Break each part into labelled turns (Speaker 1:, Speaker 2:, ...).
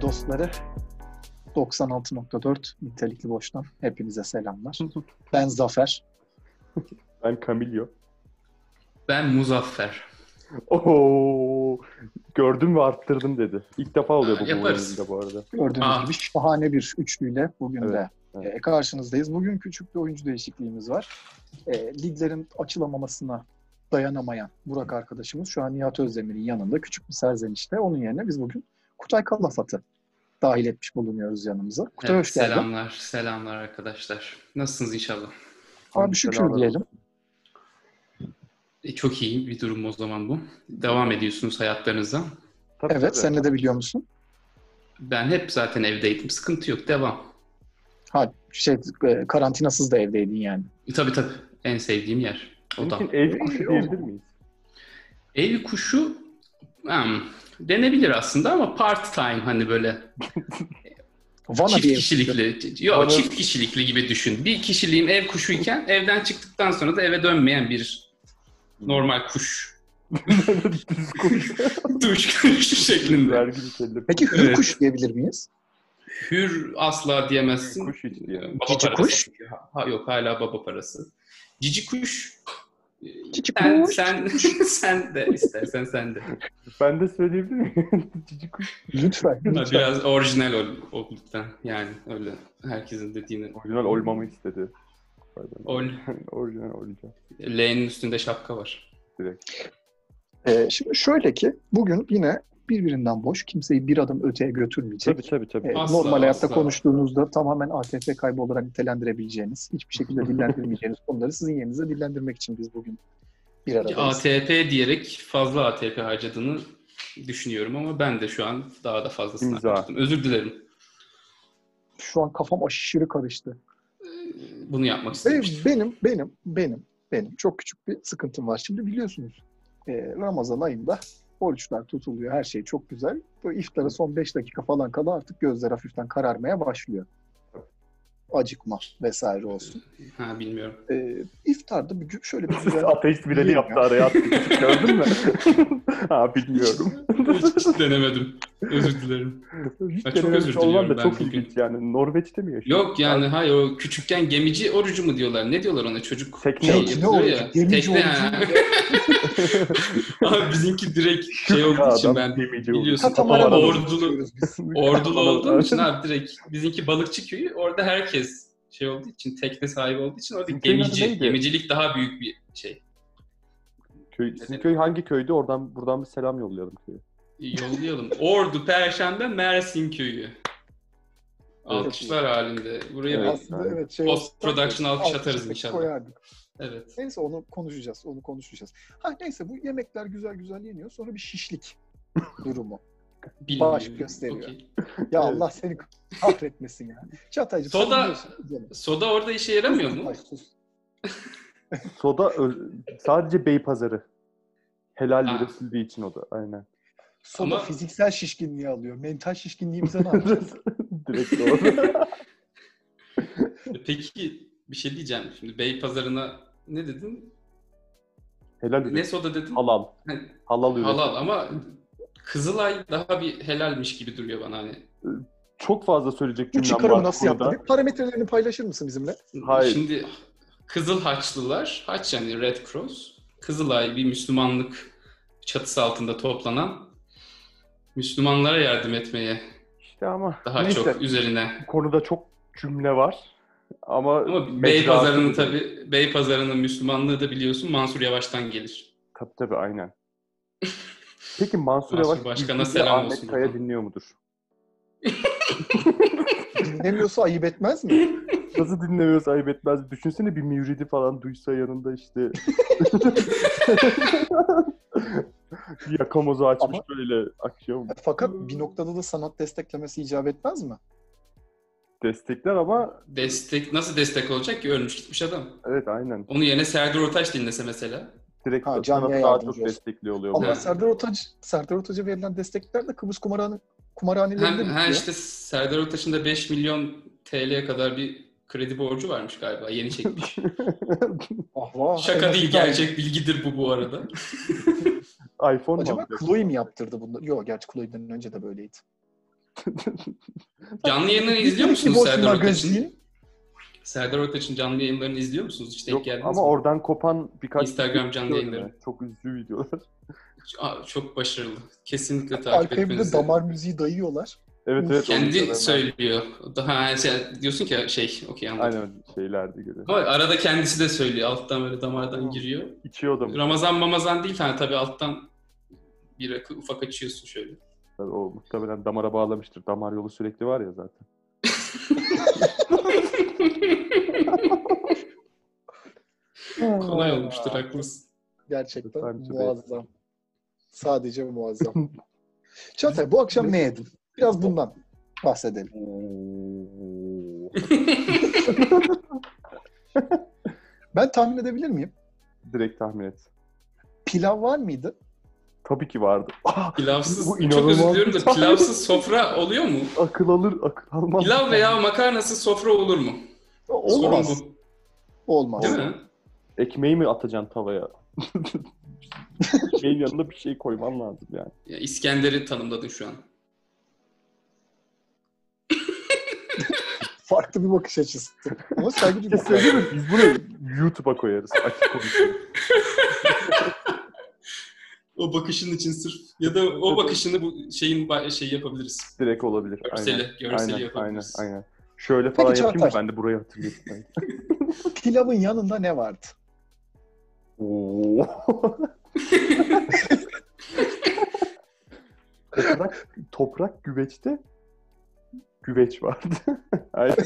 Speaker 1: dostları 96.4 nitelikli boştan hepinize selamlar. Ben Zafer.
Speaker 2: Ben Camillo.
Speaker 3: Ben Muzaffer.
Speaker 2: Oo, gördüm ve arttırdım dedi. İlk defa oluyor bu bu
Speaker 3: Yaparız.
Speaker 2: oyunda bu arada.
Speaker 1: Gördüğünüz
Speaker 3: Aa.
Speaker 1: gibi şahane bir üçlüyle bugün de
Speaker 2: Ah. Evet,
Speaker 1: e, karşınızdayız. Bugün küçük bir oyuncu değişikliğimiz var. E, liglerin açılamamasına dayanamayan Burak arkadaşımız şu an Nihat Özdemir'in yanında küçük bir serzenişte. Onun yerine biz bugün Kutay Kalafat'ı dahil etmiş bulunuyoruz yanımıza. Kutay
Speaker 3: Evet,
Speaker 1: hoş geldin.
Speaker 3: Selamlar, selamlar arkadaşlar. Nasılsınız inşallah?
Speaker 1: Abi şükür
Speaker 2: Selamlar.
Speaker 1: diyelim.
Speaker 3: E, çok iyi bir durum o zaman bu. Devam ediyorsunuz hayatlarınıza.
Speaker 2: Tabii,
Speaker 1: Evet,
Speaker 2: tabii.
Speaker 1: sen de biliyor musun?
Speaker 3: Ben hep zaten evdeydim. Sıkıntı yok, devam.
Speaker 1: Ha şey e, karantinasız da evdeydin yani.
Speaker 3: E, tabii tabii, en sevdiğim yer.
Speaker 2: Bunun
Speaker 3: O da.
Speaker 2: için ev kuşu diyebilir miyiz?
Speaker 3: Ev kuşu hmm, denebilir aslında ama part time hani böyle
Speaker 1: Vana
Speaker 3: çift
Speaker 1: diye.
Speaker 3: kişilikli. Yok
Speaker 2: Bana-
Speaker 3: çift kişilikli gibi düşün. Bir kişiliğim ev kuşuyken evden çıktıktan sonra da eve dönmeyen bir normal kuş.
Speaker 2: Düz kuş.
Speaker 3: Duş kuşu şeklinde.
Speaker 2: Vergi bir kelle.
Speaker 1: Peki hür
Speaker 3: Evet.
Speaker 1: kuş diyebilir miyiz?
Speaker 3: Hür asla diyemezsin.
Speaker 2: Kuş hiç diyelim.
Speaker 3: Baba
Speaker 1: Cici
Speaker 3: parası.
Speaker 1: kuş?
Speaker 3: Ha, yok hala baba parası. Cici kuş. Ee,
Speaker 1: Cici
Speaker 3: Sen,
Speaker 1: kuş.
Speaker 3: sen, sen de istersen sen de.
Speaker 2: Ben de söyleyebilir miyim? Cici kuş.
Speaker 1: Lütfen.
Speaker 3: Ha, Biraz orijinal ol, ol lütfen. Yani öyle herkesin dediğini.
Speaker 2: Orijinal olmamı istedi. Pardon.
Speaker 3: Ol.
Speaker 2: Orijinal olacağım.
Speaker 3: L'nin üstünde şapka var.
Speaker 1: Ee, şimdi şöyle ki bugün yine birbirinden boş, kimseyi bir adım öteye götürmeyecek.
Speaker 2: Tabii tabii tabii.
Speaker 1: e,
Speaker 3: Asla,
Speaker 1: normal hayatta
Speaker 3: asla.
Speaker 1: konuştuğunuzda tamamen ATF kaybı olarak nitelendirebileceğiniz, hiçbir şekilde dillendirmeyeceğiniz konuları sizin yerinize dillendirmek için biz bugün bir aradayız.
Speaker 3: ATP diyerek fazla ATP harcadığını düşünüyorum ama ben de şu an daha da fazlasını
Speaker 2: İmza.
Speaker 3: harcadım. Özür dilerim.
Speaker 1: Şu an kafam aşırı karıştı.
Speaker 3: Bunu yapmak
Speaker 1: Ve
Speaker 3: istemiştim.
Speaker 1: benim, benim, benim, benim çok küçük bir sıkıntım var. Şimdi biliyorsunuz e, Ramazan ayında oruçlar tutuluyor, her şey çok güzel. Bu iftara son 5 dakika falan kala artık gözler hafiften kararmaya başlıyor. Acıkma vesaire olsun.
Speaker 3: Ha bilmiyorum.
Speaker 1: E, iftarda bir, gü- şöyle bir güzel...
Speaker 2: Ateist bileli yaptı araya attı. Gördün mü? ha bilmiyorum.
Speaker 3: Hiç, hiç denemedim. Özür dilerim.
Speaker 2: Hiç
Speaker 3: Ben çok
Speaker 2: denememiş
Speaker 3: özür
Speaker 2: olman
Speaker 3: diliyorum
Speaker 2: da
Speaker 3: ben
Speaker 2: çok
Speaker 3: bugün.
Speaker 2: ilginç yani. Norveç'te mi yaşıyor?
Speaker 3: Yok yani hayır o küçükken gemici orucu mu diyorlar? Ne diyorlar ona çocuk?
Speaker 2: Tekne
Speaker 3: şey
Speaker 2: orucu.
Speaker 1: ne
Speaker 3: yapıyor
Speaker 1: orucu?
Speaker 3: ya.
Speaker 1: Gemici
Speaker 3: Tekne,
Speaker 1: orucu.
Speaker 3: ha. Abi bizimki direkt şey
Speaker 2: Ya
Speaker 3: olduğu için
Speaker 2: adam
Speaker 3: ben
Speaker 2: gemici oldu.
Speaker 3: biliyorsun,
Speaker 1: Katamara
Speaker 3: Katamara
Speaker 1: balığı
Speaker 3: ordulu-
Speaker 1: tutuyoruz biz.
Speaker 3: ordulu olduğum için abi direkt bizimki balıkçı köyü orada herkes şey olduğu için tekne sahibi olduğu için orada
Speaker 2: Bizimkinin adı
Speaker 3: gemici.
Speaker 2: neydi?
Speaker 3: Gemicilik daha büyük bir şey.
Speaker 2: Köy, sizin köy hangi köydü? Oradan buradan bir selam yollayalım köye.
Speaker 3: E, Yollayalım. Ordu Perşembe Mersin köyü. Alkışlar halinde. Buraya
Speaker 2: Evet.
Speaker 3: evet.
Speaker 1: Aslında evet şey...
Speaker 3: Post production alkış atarız inşallah.
Speaker 1: Koyardık.
Speaker 3: evet.
Speaker 1: Neyse onu konuşacağız. Onu konuşacağız. Ha neyse bu yemekler güzel güzel yeniyor. Sonra bir şişlik durumu.
Speaker 3: Bilmiyorum.
Speaker 1: Bağış gösteriyor.
Speaker 3: Okey.
Speaker 1: Ya
Speaker 2: Evet.
Speaker 1: Allah seni kahretmesin ya. Çataycı
Speaker 3: Soda- Soda orada işe yaramıyor mu?
Speaker 2: Soda ö- sadece Beypazarı. Helal
Speaker 3: Ha.
Speaker 2: üretildiği için o da. Aynen.
Speaker 1: Soda
Speaker 3: Ama-
Speaker 1: fiziksel şişkinliği alıyor. Mental şişkinliğimize ne yapacağız?
Speaker 2: Direkt doğru.
Speaker 3: E, Peki bir şey diyeceğim şimdi. Bey pazarına ne dedin?
Speaker 2: Helal
Speaker 3: Ne
Speaker 2: üretim.
Speaker 3: soda dedin?
Speaker 2: Halal.
Speaker 3: Hani
Speaker 2: Halal üretim.
Speaker 3: Halal ama Kızılay daha bir helalmiş gibi duruyor bana hani.
Speaker 2: Çok fazla söyleyecek
Speaker 1: Bu
Speaker 2: cümlem
Speaker 1: çıkarımı
Speaker 2: var
Speaker 1: nasıl
Speaker 2: burada.
Speaker 1: yaptın? Parametrelerini paylaşır mısın bizimle?
Speaker 2: Hayır.
Speaker 3: Şimdi Kızıl Haçlılar, Haç yani Red Cross, Kızılay bir Müslümanlık çatısı altında toplanan Müslümanlara yardım etmeye
Speaker 2: İşte ama
Speaker 3: daha
Speaker 2: neyse
Speaker 3: çok üzerine.
Speaker 2: bu konuda çok cümle var. Ama,
Speaker 3: Ama Bey
Speaker 2: mecrası-
Speaker 3: pazarının tabii Bey pazarının Müslümanlığı da biliyorsun Mansur Yavaş'tan gelir.
Speaker 2: Tabii tabii aynen. Peki Mansur,
Speaker 3: Mansur
Speaker 2: Yavaş
Speaker 3: Başkan'a
Speaker 2: İzmir'de
Speaker 3: selam
Speaker 2: Ahmet
Speaker 3: olsun
Speaker 2: Kaya
Speaker 3: buradan.
Speaker 2: dinliyor mudur?
Speaker 1: Dinlemiyorsa ayıp etmez mi?
Speaker 2: Nasıl dinlemiyorsa ayıp etmez. Düşünsene bir müvridi falan duysa yanında işte. Yakamozu açmış
Speaker 1: Ama-
Speaker 2: böyle akşam
Speaker 1: Fakat bir noktada da sanat desteklemesi icap etmez mi?
Speaker 2: destekler ama
Speaker 3: Destek nasıl destek olacak ki ölmüş gitmiş adam.
Speaker 2: evet aynen.
Speaker 3: Onun yerine Serdar Ortaç dinlese mesela.
Speaker 2: Direkt
Speaker 1: Ha,
Speaker 2: sana
Speaker 1: camiye
Speaker 2: daha
Speaker 1: yardımcı olsun.
Speaker 2: çok destekli oluyor.
Speaker 1: Ama
Speaker 2: bu.
Speaker 3: Evet.
Speaker 1: Serdar Ortaç, Serdar Ortaç'a verilen destekler de Kıbrıs kumarhane, kumarhanelerinde
Speaker 3: Hem, ha
Speaker 1: bitiyor.
Speaker 3: işte Serdar Ortaç'ın da 5 milyon TL'ye kadar bir kredi borcu varmış galiba. Yeni çekmiş.
Speaker 1: Ah, vah, en
Speaker 3: Şaka değil
Speaker 1: azından-
Speaker 3: gerçek bilgidir bu bu arada.
Speaker 2: iPhone mu
Speaker 1: Acaba
Speaker 2: alacak?
Speaker 1: Chloe mi yaptırdı bunları? Yok gerçi Chloe'den önce de böyleydi.
Speaker 3: Canlı yayınları izliyor musunuz
Speaker 1: İboş
Speaker 3: Serdar Ortaç'ın?
Speaker 1: magazin.
Speaker 3: Serdar Ortaç'ın canlı yayınlarını izliyor musunuz? Hiç denk
Speaker 2: Yok,
Speaker 3: geldiniz
Speaker 2: ama
Speaker 3: mi?
Speaker 2: oradan kopan birkaç
Speaker 3: Instagram canlı
Speaker 2: gördüm
Speaker 3: yayınları.
Speaker 2: ben. Çok üzücü videolar.
Speaker 3: Aa, çok başarılı. Kesinlikle takip
Speaker 1: Arkaya bir de
Speaker 3: etmenizi.
Speaker 1: damar müziği dayıyorlar.
Speaker 2: evet evet. onu
Speaker 3: Kendi
Speaker 2: videolarını-
Speaker 3: söylüyor. Daha sen diyorsun ki şey okey anladım.
Speaker 2: Aynen şeylerde göre.
Speaker 3: Ama arada kendisi de söylüyor. Alttan böyle damardan
Speaker 2: Tamam.
Speaker 3: giriyor.
Speaker 2: İçiyordum.
Speaker 3: Ramazan mamazan değil hani tabii alttan bir rakı ufak açıyorsun şöyle.
Speaker 2: O muhtemelen damara bağlamıştır. Damar yolu sürekli var ya zaten.
Speaker 3: Kolay
Speaker 1: Aa,
Speaker 3: olmuştur haklısın.
Speaker 1: Gerçekten
Speaker 2: Lütfen bize
Speaker 1: muazzam. Sadece muazzam. Çağatay bu akşam ne yedin? Biraz bundan bahsedelim. Ben tahmin edebilir miyim?
Speaker 2: Direkt tahmin et.
Speaker 1: Pilav var mıydı?
Speaker 2: Tabii ki vardı. Ah,
Speaker 3: Pilavsız,
Speaker 2: Bu
Speaker 3: çok
Speaker 2: inanılmaz
Speaker 3: özür diliyorum
Speaker 2: bir
Speaker 3: da
Speaker 2: tahmin.
Speaker 3: pilavsız sofra oluyor mu?
Speaker 2: akıl alır, akıl almaz.
Speaker 3: Pilav veya makarnasız sofra olur mu?
Speaker 1: Olmaz.
Speaker 3: Sorun bu.
Speaker 1: Olmaz.
Speaker 3: Değil mi?
Speaker 2: Ekmeği mi atacaksın tavaya? Ekmeğin yanında bir şey koyman lazım yani.
Speaker 3: Ya İskender'i tanımladın şu an.
Speaker 1: Farklı bir bakış açısı. Ama saygı
Speaker 2: Bir şey
Speaker 1: duyuyorum.
Speaker 2: söyleyeyim mi? Biz bunu YouTube'a koyarız. Açık konuşuyorum.
Speaker 3: O bakışın için sırf ya da o bakışını bu şeyin ba- şey yapabiliriz.
Speaker 2: Direkt olabilir.
Speaker 3: Görseli, görseli
Speaker 2: aynen, aynen,
Speaker 3: yapabiliriz.
Speaker 2: aynen. Şöyle falan
Speaker 1: Peki,
Speaker 2: yapayım da
Speaker 1: Çağatay.
Speaker 2: ben de burayı hatırlayayım.
Speaker 1: Pilavın yanında ne vardı?
Speaker 2: Oo. toprak, toprak güveçte güveç vardı. Aynen.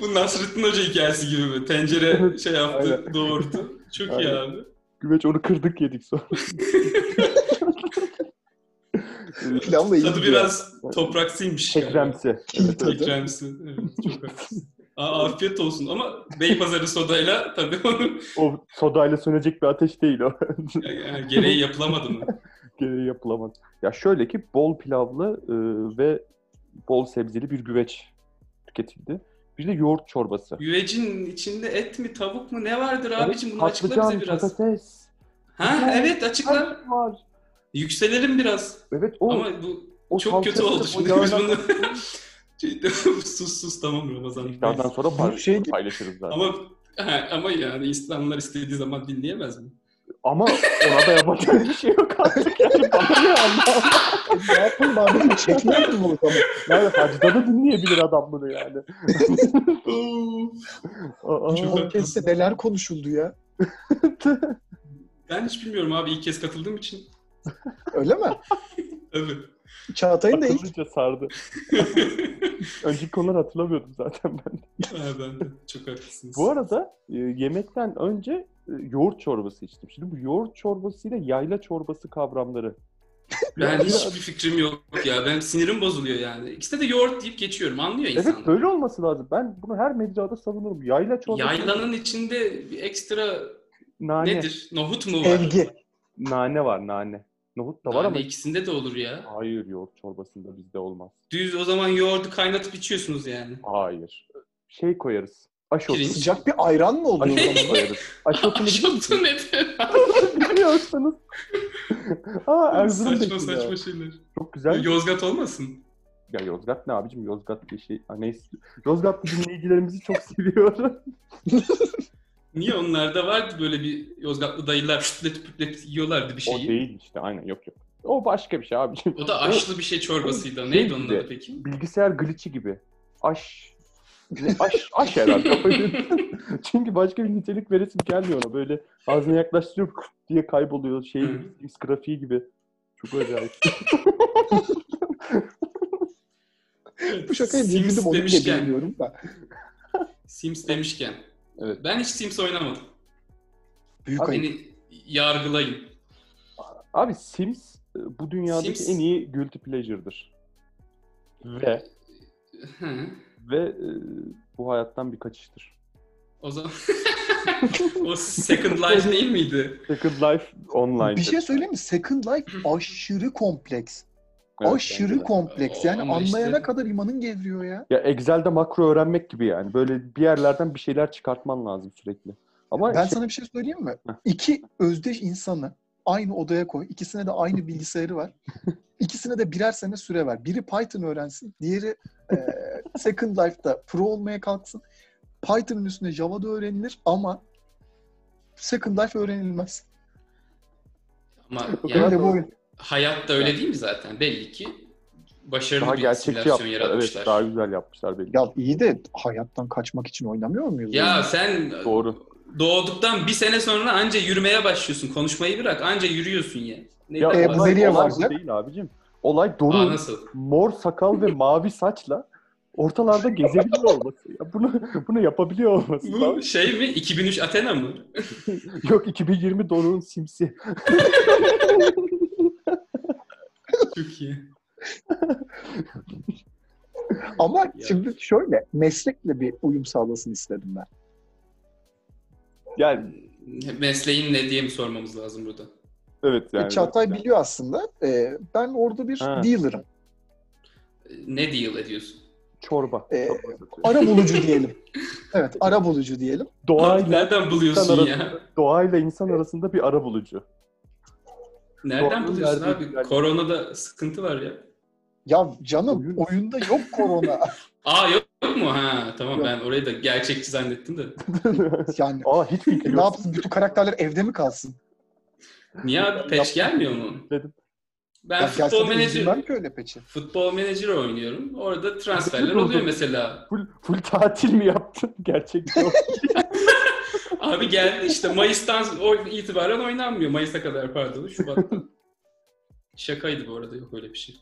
Speaker 3: bu Nasrettin Hoca hikayesi gibi mi? Tencere şey yaptı,
Speaker 2: Aynen.
Speaker 3: doğurdu. Çok iyi
Speaker 2: Aynen.
Speaker 3: abi.
Speaker 2: Güveç onu kırdık yedik sonra.
Speaker 1: Pilavla ilgili.
Speaker 3: Tadı biraz topraksıymış. galiba.
Speaker 2: Ekremsi.
Speaker 1: Kil tadı.
Speaker 3: Ekremsi. Evet, çok haklısın. Aa, afiyet olsun ama Beypazarı sodayla tabii onu
Speaker 2: O sodayla sönecek bir ateş değil o.
Speaker 3: yani gereği yapılamadı mı?
Speaker 2: Gereği yapılamaz. Ya şöyle ki bol pilavlı e, ve bol sebzeli bir güveç tüketildi. Bir de yoğurt çorbası.
Speaker 3: Güvecin içinde et mi tavuk mu ne vardır abicim bunu açıkla
Speaker 2: Patlıcan,
Speaker 3: bize biraz.
Speaker 2: patates
Speaker 3: Ha evet açıkla.
Speaker 2: var.
Speaker 3: Yükselelim biraz.
Speaker 2: Evet o,
Speaker 3: ama bu
Speaker 2: o
Speaker 3: çok kötü
Speaker 2: salçası,
Speaker 3: oldu
Speaker 2: o
Speaker 3: şimdi
Speaker 2: yağlar-
Speaker 3: biz bunu. sus sus tamam Ramazan.
Speaker 2: İftardan sonra par-
Speaker 1: Bu şey-
Speaker 2: paylaşırız zaten. Ama,
Speaker 3: Ama ha, ama yani insanlar istediği zaman dinleyemez mi?
Speaker 2: ona da yapacak bir şey yok artık. Yani bana ne Allah.
Speaker 1: ne yapayım ben bunu çekmiyor mu bu zaman?
Speaker 2: Yani hacda da dinleyebilir adam bunu yani.
Speaker 3: Oo.
Speaker 2: Aa,
Speaker 1: Bu Podcast'te neler konuşuldu ya?
Speaker 3: ben hiç bilmiyorum abi ilk kez katıldığım için.
Speaker 1: Öyle mi?
Speaker 3: Evet.
Speaker 1: Çağatay'ın da ilk
Speaker 2: Akıllıca sardı. Önceki konuları hatırlamıyordum zaten ben.
Speaker 3: Ha, ben de. Çok haklısınız.
Speaker 2: Bu arada e, yemekten önce e, yoğurt çorbası içtim. Şimdi bu yoğurt çorbasıyla yayla çorbası kavramları.
Speaker 3: Ben
Speaker 2: Yani-
Speaker 3: hiçbir fikrim yok ya. Benim sinirim bozuluyor yani. İkisine de yoğurt deyip geçiyorum. Anlıyor
Speaker 2: Evet
Speaker 3: insan.
Speaker 2: böyle şey olması lazım. Ben bunu her mecrada savunurum. Yayla çorbası.
Speaker 3: Yaylanın içinde bir ekstra
Speaker 2: nane.
Speaker 3: nedir? Nohut mu var?
Speaker 1: sevgi.
Speaker 2: Nane var nane. Nohut da var
Speaker 3: Nane
Speaker 2: ama
Speaker 3: Hani ikisinde de olur ya.
Speaker 2: hayır yoğurt çorbasında bizde olmaz.
Speaker 3: Düz o zaman yoğurdu kaynatıp içiyorsunuz yani.
Speaker 2: Hayır. Şey koyarız. Aşot.
Speaker 3: Pirinç.
Speaker 1: Sıcak bir ayran mı oldu o zaman?
Speaker 2: Aşotunu koyarız. Aşotunu
Speaker 3: Aşıltı nedir?
Speaker 2: bilmiyorsanız. Aa Erzurum'daki
Speaker 3: saçma
Speaker 2: ya.
Speaker 3: saçma şeyler.
Speaker 2: Çok güzel.
Speaker 3: Yozgat olmasın?
Speaker 2: Ya Yozgat ne abicim? Yozgat bir şey. Ha, neyse. Yozgatlı dinleyicilerimizi çok seviyorum.
Speaker 3: Niye onlarda vardı böyle bir Yozgatlı dayılar pütlet pütlet yiyorlardı bir
Speaker 2: o
Speaker 3: şeyi.
Speaker 2: değil işte. Aynen yok yok. O başka bir şey abicim.
Speaker 3: O da aşlı bir şey çorbasıydı.
Speaker 2: Şey
Speaker 3: Neydi
Speaker 2: gibi.
Speaker 3: onun adı peki?
Speaker 2: O bilgisayar glitch'i gibi. Aş. Ne? Aş, aş herhalde. Çünkü başka bir nitelik veresim gelmiyor ona. Böyle ağzına yaklaştırıyor kıt diye kayboluyor. Şey,
Speaker 3: Hı.
Speaker 2: Sims grafiği gibi. Çok acayip.
Speaker 1: Bu şakayı
Speaker 3: Sims
Speaker 1: bilmedim onu bile
Speaker 3: demişken.
Speaker 1: bilmiyorum da.
Speaker 3: Sims demişken.
Speaker 2: Evet.
Speaker 3: Ben hiç Sims oynamadım.
Speaker 1: Büyük ayıp.
Speaker 3: Beni yargılayın.
Speaker 2: Abi Sims e, bu dünyadaki
Speaker 3: Sims-
Speaker 2: en iyi guilty pleasure'dır. Ve
Speaker 3: Hı.
Speaker 2: ve e, bu hayattan bir kaçıştır.
Speaker 3: O zaman o Second Life değil miydi?
Speaker 2: Second Life Online'dır.
Speaker 1: Bir şey söyleyeyim mi? Second Life aşırı kompleks.
Speaker 2: Evet,
Speaker 1: aşırı
Speaker 2: bence de.
Speaker 1: kompleks. Yani
Speaker 3: Ama işte-
Speaker 1: anlayana kadar imanın gevriyor ya.
Speaker 2: Ya Excel'de makro öğrenmek gibi yani. Böyle bir yerlerden bir şeyler çıkartman lazım sürekli. Ama
Speaker 1: Ben
Speaker 2: şey-
Speaker 1: sana bir şey söyleyeyim mi?
Speaker 2: Heh.
Speaker 1: İki özdeş insanı aynı odaya koy. İkisine de aynı bilgisayarı ver. İkisine de birer sene süre ver. Biri Python öğrensin, diğeri e, Second Life'da pro olmaya kalksın. Python'ın üstüne Java da öğrenilir ama Second Life öğrenilmez.
Speaker 3: Ama
Speaker 2: O
Speaker 3: yani
Speaker 1: Böyle
Speaker 2: kadar-
Speaker 1: bu oyun.
Speaker 3: hayat da öyle değil mi zaten? Belli ki başarılı
Speaker 2: Daha
Speaker 3: bir
Speaker 2: gerçekçi
Speaker 3: simülasyon
Speaker 2: yapmışlar. Evet,
Speaker 3: yaratmışlar.
Speaker 2: daha güzel yapmışlar belli.
Speaker 1: Ya iyi de hayattan kaçmak için oynamıyor muyuz?
Speaker 3: Ya sen
Speaker 2: Doğru.
Speaker 3: doğduktan bir sene sonra anca yürümeye başlıyorsun. Konuşmayı bırak anca yürüyorsun ya. Ne
Speaker 2: Ya
Speaker 1: E,
Speaker 3: bileyim
Speaker 1: bu
Speaker 3: ben.
Speaker 2: olay,
Speaker 1: nereye
Speaker 2: olay bu
Speaker 1: varacak?
Speaker 2: değil abicim. Olay
Speaker 3: Aa,
Speaker 2: Doruk'un
Speaker 3: nasıl?
Speaker 2: mor sakal ve mavi saçla ortalarda gezebiliyor olması. Ya bunu bunu yapabiliyor olması. tamam
Speaker 3: Bu şey mi? 2003 Athena mı?
Speaker 2: Yok 2020 Doruk'un simsi.
Speaker 3: Çok iyi.
Speaker 1: Ama
Speaker 3: Ya.
Speaker 1: şimdi şöyle meslekle bir uyum sağlasın istedim ben. E,
Speaker 2: Yani
Speaker 3: Mesleğin ne diye mi sormamız lazım burada?
Speaker 2: evet yani.
Speaker 1: E, Çağatay
Speaker 2: Yani.
Speaker 1: biliyor aslında. Ee, ben orada bir
Speaker 2: Ha.
Speaker 1: dealer'ım.
Speaker 3: Ne deal ediyorsun?
Speaker 2: Çorba.
Speaker 1: Ee,
Speaker 2: Çorba satıyor.
Speaker 1: Ara bulucu diyelim. Evet, ara bulucu diyelim.
Speaker 2: doğayla
Speaker 3: Nereden buluyorsun
Speaker 2: Sen
Speaker 3: ya?
Speaker 2: doğayla insan arasında bir ara bulucu.
Speaker 3: Nereden
Speaker 2: Doğru
Speaker 3: buluyorsun
Speaker 2: yerde-
Speaker 3: abi? Koronada sıkıntı var ya.
Speaker 1: Ya canım
Speaker 2: Oyun.
Speaker 1: oyunda yok korona.
Speaker 3: Aa yok, yok mu? Ha tamam
Speaker 1: Yok.
Speaker 3: ben orayı da gerçekçi zannettim de.
Speaker 1: Yani
Speaker 2: Aa hiç
Speaker 1: e,
Speaker 2: fikri
Speaker 1: ne
Speaker 2: yok.
Speaker 1: yapsın bütün karakterler evde mi kalsın?
Speaker 3: Niye abi peç gelmiyor mu?
Speaker 2: Dedim.
Speaker 3: Ben
Speaker 1: Ya
Speaker 3: futbol
Speaker 1: gelsene izin
Speaker 3: menajeri
Speaker 1: ver ki öyle peçi.
Speaker 3: futbol menajeri oynuyorum. Orada transferler
Speaker 2: Nasıl oldu?
Speaker 3: oluyor mesela.
Speaker 2: Full, full tatil mi yaptın? Gerçekten yok.
Speaker 3: Abi geldi işte Mayıs'tan o- itibaren oynanmıyor. Mayıs'a kadar pardon Şubat'ta. Şakaydı bu arada yok öyle bir şey.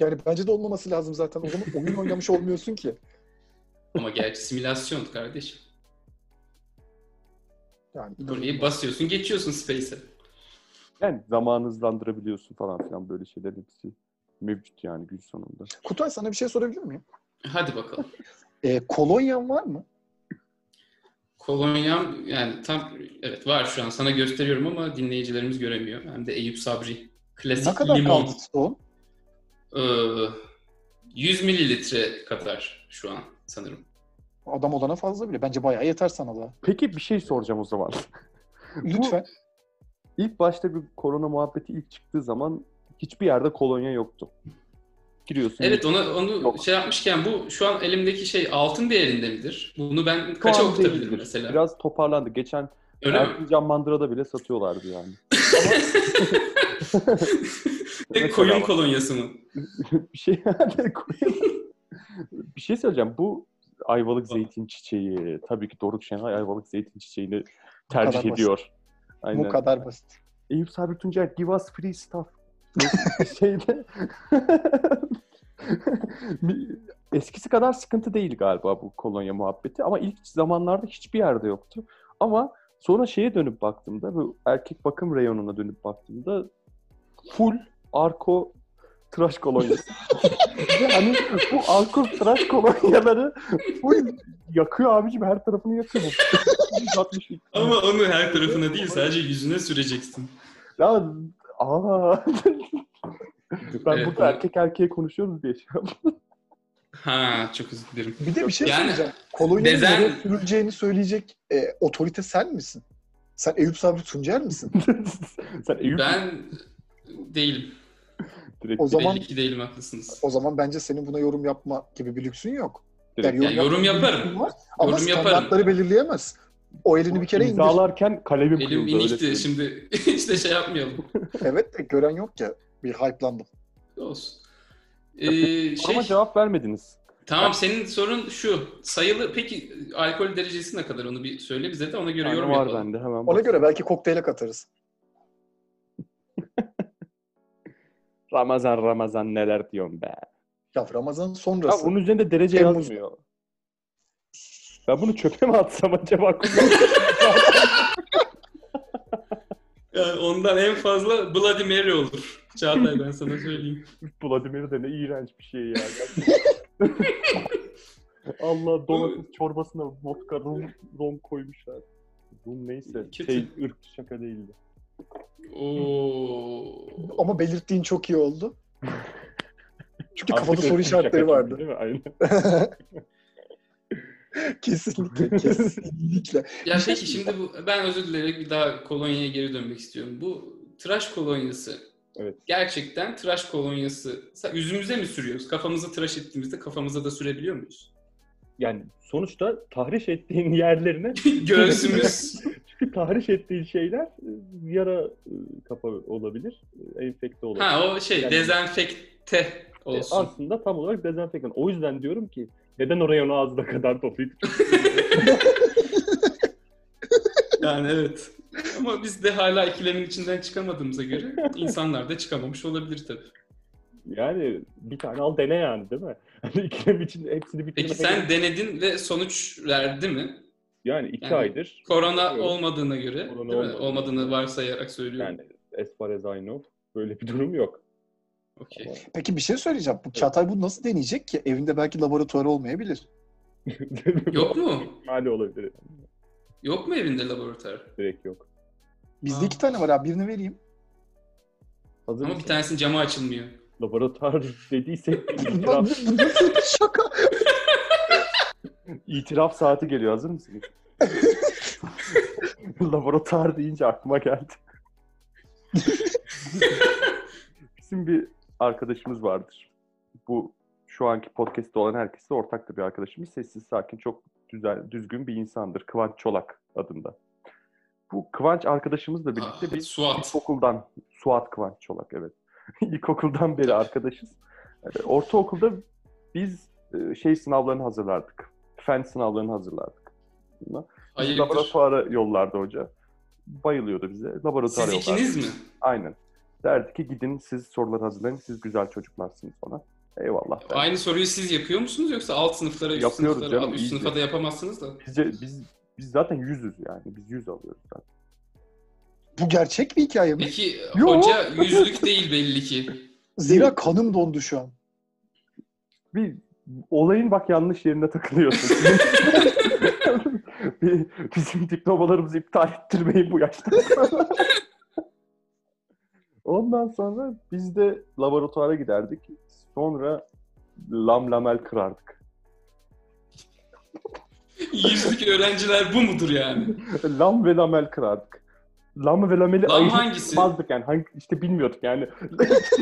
Speaker 1: Yani bence de olmaması lazım zaten. O zaman oyun oynamış olmuyorsun ki.
Speaker 3: Ama gerçi simülasyon kardeşim.
Speaker 1: Yani
Speaker 3: Burayı basıyorsun geçiyorsun space'e.
Speaker 2: yani zamanı hızlandırabiliyorsun falan filan böyle şeylerin hepsi mevcut yani gün sonunda.
Speaker 1: Kutay sana bir şey sorabilir miyim?
Speaker 3: Hadi bakalım.
Speaker 1: Ee, kolonyan var mı?
Speaker 3: Kolonyam yani tam evet var şu an sana gösteriyorum ama dinleyicilerimiz göremiyor. Hem de Eyüp Sabri. Klasik
Speaker 1: Ne kadar
Speaker 3: limon.
Speaker 1: kaldı son?
Speaker 3: Ee, 100 mililitre kadar şu an sanırım.
Speaker 1: Adam olana fazla bile. Bence bayağı yeter sana da.
Speaker 2: Peki bir şey soracağım o zaman.
Speaker 1: Lütfen.
Speaker 2: İlk başta bir korona muhabbeti ilk çıktığı zaman hiçbir yerde kolonya yoktu. Giriyorsun.
Speaker 3: Evet ona onu
Speaker 2: Yok.
Speaker 3: şey yapmışken bu şu an elimdeki şey altın değerinde midir? Bunu ben kaça
Speaker 2: Şu an
Speaker 3: okutabilirim
Speaker 2: değildir.
Speaker 3: mesela?
Speaker 2: Biraz toparlandı. Geçen
Speaker 3: Öyle mi?
Speaker 2: Erzincan Mandıra'da bile satıyorlardı yani.
Speaker 3: Bir de koyun kolonyası mı?
Speaker 2: bir şey yani koyun- bir şey söyleyeceğim. Bu ayvalık zeytin çiçeği. Tabii ki Doruk Şenay ayvalık zeytin çiçeğini tercih
Speaker 1: basit.
Speaker 2: ediyor. Aynen.
Speaker 1: Bu kadar basit.
Speaker 2: Eyüp Sabri Tuncer give us free stuff. Şeyde. Eskisi kadar sıkıntı değil galiba bu kolonya muhabbeti ama ilk zamanlarda hiçbir yerde yoktu. Ama sonra şeye dönüp baktığımda bu erkek bakım reyonuna dönüp baktığımda full arko tıraş kolonyası. yani bu arko tıraş kolonyaları full yakıyor abicim her tarafını yakıyor. Bu 60
Speaker 3: Ama onu her tarafına değil sadece yüzüne süreceksin.
Speaker 2: ya aa. ben
Speaker 3: Evet,
Speaker 2: burada
Speaker 3: bunu-
Speaker 2: erkek erkeğe konuşuyoruz diye şey yaptım.
Speaker 3: Ha çok özür dilerim.
Speaker 1: Bir de bir şey
Speaker 3: Yani-
Speaker 1: söyleyeceğim. Kolonyanın
Speaker 3: Neden-
Speaker 1: nereye sürüleceğini söyleyecek e, otorite sen misin? Sen Eyüp Sabri Tuncer misin?
Speaker 2: Sen Eyüp
Speaker 3: Ben değilim.
Speaker 2: direkt,
Speaker 1: O zaman
Speaker 3: Belli ki değilim haklısınız.
Speaker 1: o zaman bence senin buna yorum yapma gibi bir lüksün yok.
Speaker 2: direkt.
Speaker 3: Ya, yorum
Speaker 1: yapma gibi bir
Speaker 3: yaparım.
Speaker 1: lüksün var ama
Speaker 3: Yorum yaparım.
Speaker 1: standartları belirleyemez. O elini bir kere indir.
Speaker 2: İmzalarken kalemim
Speaker 3: Elim
Speaker 2: kırıldı. öyle
Speaker 3: inikti
Speaker 2: söyleyeyim.
Speaker 3: şimdi hiç de şey yapmayalım.
Speaker 1: Evet de gören yok ya. Bir hype'landım.
Speaker 3: Olsun. Ee, şey,
Speaker 2: Ama cevap vermediniz.
Speaker 3: tamam senin sorun şu. Sayılı peki alkol derecesi ne kadar onu bir söyle bize de ona göre
Speaker 2: Yani
Speaker 3: yorum
Speaker 2: var
Speaker 3: yapalım.
Speaker 2: bende hemen.
Speaker 1: Ona
Speaker 2: bak.
Speaker 1: göre belki kokteyle katarız.
Speaker 2: Ramazan Ramazan neler diyorum be.
Speaker 1: Ya Ramazan
Speaker 2: Ya
Speaker 1: sonrası.
Speaker 2: bunun üzerinde derece
Speaker 1: Temmuz.
Speaker 2: yazmıyor. Ben bunu çöpe mi atsam acaba?
Speaker 3: Yani ondan en fazla Bloody Mary olur. Çağatay ben sana söyleyeyim.
Speaker 2: Vladimir de ne iğrenç bir şey ya. Allah domates çorbasına vodka rum, rom koymuşlar. Rum neyse.
Speaker 3: Kötü.
Speaker 2: Şey, ırk şaka değildi.
Speaker 3: Oo.
Speaker 1: Ama belirttiğin çok iyi oldu. Çünkü kafada
Speaker 2: Artık
Speaker 1: soru
Speaker 2: ırk şaka
Speaker 1: işaretleri
Speaker 2: çünkü,
Speaker 1: vardı.
Speaker 2: Değil mi? Aynen.
Speaker 1: kesinlikle, kesinlikle.
Speaker 3: Ya
Speaker 1: Bir şey
Speaker 3: peki şimdi bu, ben özür dilerim bir daha kolonyaya geri dönmek istiyorum. Bu tıraş kolonyası
Speaker 2: Evet.
Speaker 3: gerçekten tıraş kolonyası Sa- yüzümüze mi sürüyoruz? Kafamızı tıraş ettiğimizde kafamıza da sürebiliyor muyuz?
Speaker 2: Yani sonuçta tahriş ettiğin yerlerine
Speaker 3: Göğsümüz.
Speaker 2: çünkü tahriş ettiğin şeyler e, yara e, kapa olabilir, e, enfekte olabilir.
Speaker 3: ha o şey
Speaker 2: Yani-
Speaker 3: dezenfekte
Speaker 2: E,
Speaker 3: olsun.
Speaker 2: aslında tam olarak dezenfektan. O yüzden diyorum ki neden oraya onu ağzına kadar toplayıp
Speaker 3: yani evet. Ama biz de hala ikilemin içinden çıkamadığımıza göre insanlar da çıkamamış olabilir tabii.
Speaker 2: yani bir tane al dene yani değil mi? Hani ikilem için hepsini bitirmek.
Speaker 3: Peki sen denedin ve sonuç verdi mi?
Speaker 2: yani iki
Speaker 3: Yani-
Speaker 2: aydır
Speaker 3: Korona
Speaker 2: Evet.
Speaker 3: olmadığına göre,
Speaker 2: Korona
Speaker 3: değil mi?
Speaker 2: olmadığına
Speaker 3: olmadığını
Speaker 2: göre.
Speaker 3: varsayarak söylüyorum.
Speaker 2: yani as far as I know böyle bir durum yok.
Speaker 3: Okey.
Speaker 1: Peki bir şey söyleyeceğim. Bu Çağatay bunu nasıl deneyecek ki? Evinde belki laboratuvarı olmayabilir.
Speaker 3: Yok mu?
Speaker 2: Mali olabilir.
Speaker 3: Yok mu evinde laboratuvar?
Speaker 2: Direkt yok.
Speaker 1: Bizde
Speaker 3: Aa.
Speaker 1: iki tane var abi. Birini vereyim.
Speaker 2: Hazır
Speaker 3: Ama bir
Speaker 2: mısın?
Speaker 3: tanesinin camı açılmıyor.
Speaker 2: Laboratuvar dediysek
Speaker 1: Lan
Speaker 2: itiraf,
Speaker 1: bu nasıl bir şaka?
Speaker 2: itiraf saati geliyor. Hazır mısınız? Laboratuvar deyince aklıma geldi. Bizim bir arkadaşımız vardır. Bu şu anki podcast'te olan herkese ortak da bir arkadaşımız. Sessiz, sakin, çok düzen, düzgün bir insandır. Kıvanç Çolak adında. Bu Kıvanç arkadaşımızla birlikte
Speaker 3: Ah,
Speaker 2: biz
Speaker 3: Suat.
Speaker 2: İlkokuldan, Suat Kıvanç Çolak evet. İlkokuldan beri arkadaşız. Ee, Ortaokulda biz e, şey sınavlarını hazırlardık. Fen sınavlarını hazırlardık. Bunlar- Bizi
Speaker 3: Hayırdır?
Speaker 2: Laboratuvara yollardı hoca. Bayılıyordu bize. Laboratuvara
Speaker 3: Siz
Speaker 2: yollardı.
Speaker 3: ikiniz mi?
Speaker 2: Aynen. Derdi ki gidin siz soruları hazırlayın. Siz güzel çocuklarsınız bana. Eyvallah. derdi.
Speaker 3: Aynı soruyu siz yapıyor musunuz yoksa alt sınıflara, üst
Speaker 2: Yapıyoruz
Speaker 3: sınıflara,
Speaker 2: canım,
Speaker 3: üst
Speaker 2: iyice.
Speaker 3: sınıfa da yapamazsınız da.
Speaker 2: Bizce, biz, biz zaten yüzüz yani. Biz yüz alıyoruz zaten.
Speaker 1: Bu gerçek bir hikaye mi?
Speaker 3: Peki
Speaker 1: Yok.
Speaker 3: hoca yüzlük değil belli ki.
Speaker 1: Zira kanım dondu şu an.
Speaker 2: bir olayın bak yanlış yerine takılıyorsun. Bir- Bizim diplomalarımızı iptal ettirmeyin bu yaşta. Ondan sonra biz de laboratuvara giderdik. Sonra lam lamel kırardık.
Speaker 3: Yüzlük öğrenciler bu mudur yani?
Speaker 2: Lam ve lamel kırardık. Lam ve lameli
Speaker 3: Lam
Speaker 2: ayırt
Speaker 3: hangisi?
Speaker 2: etmezdik yani. Hangi, işte bilmiyorduk yani.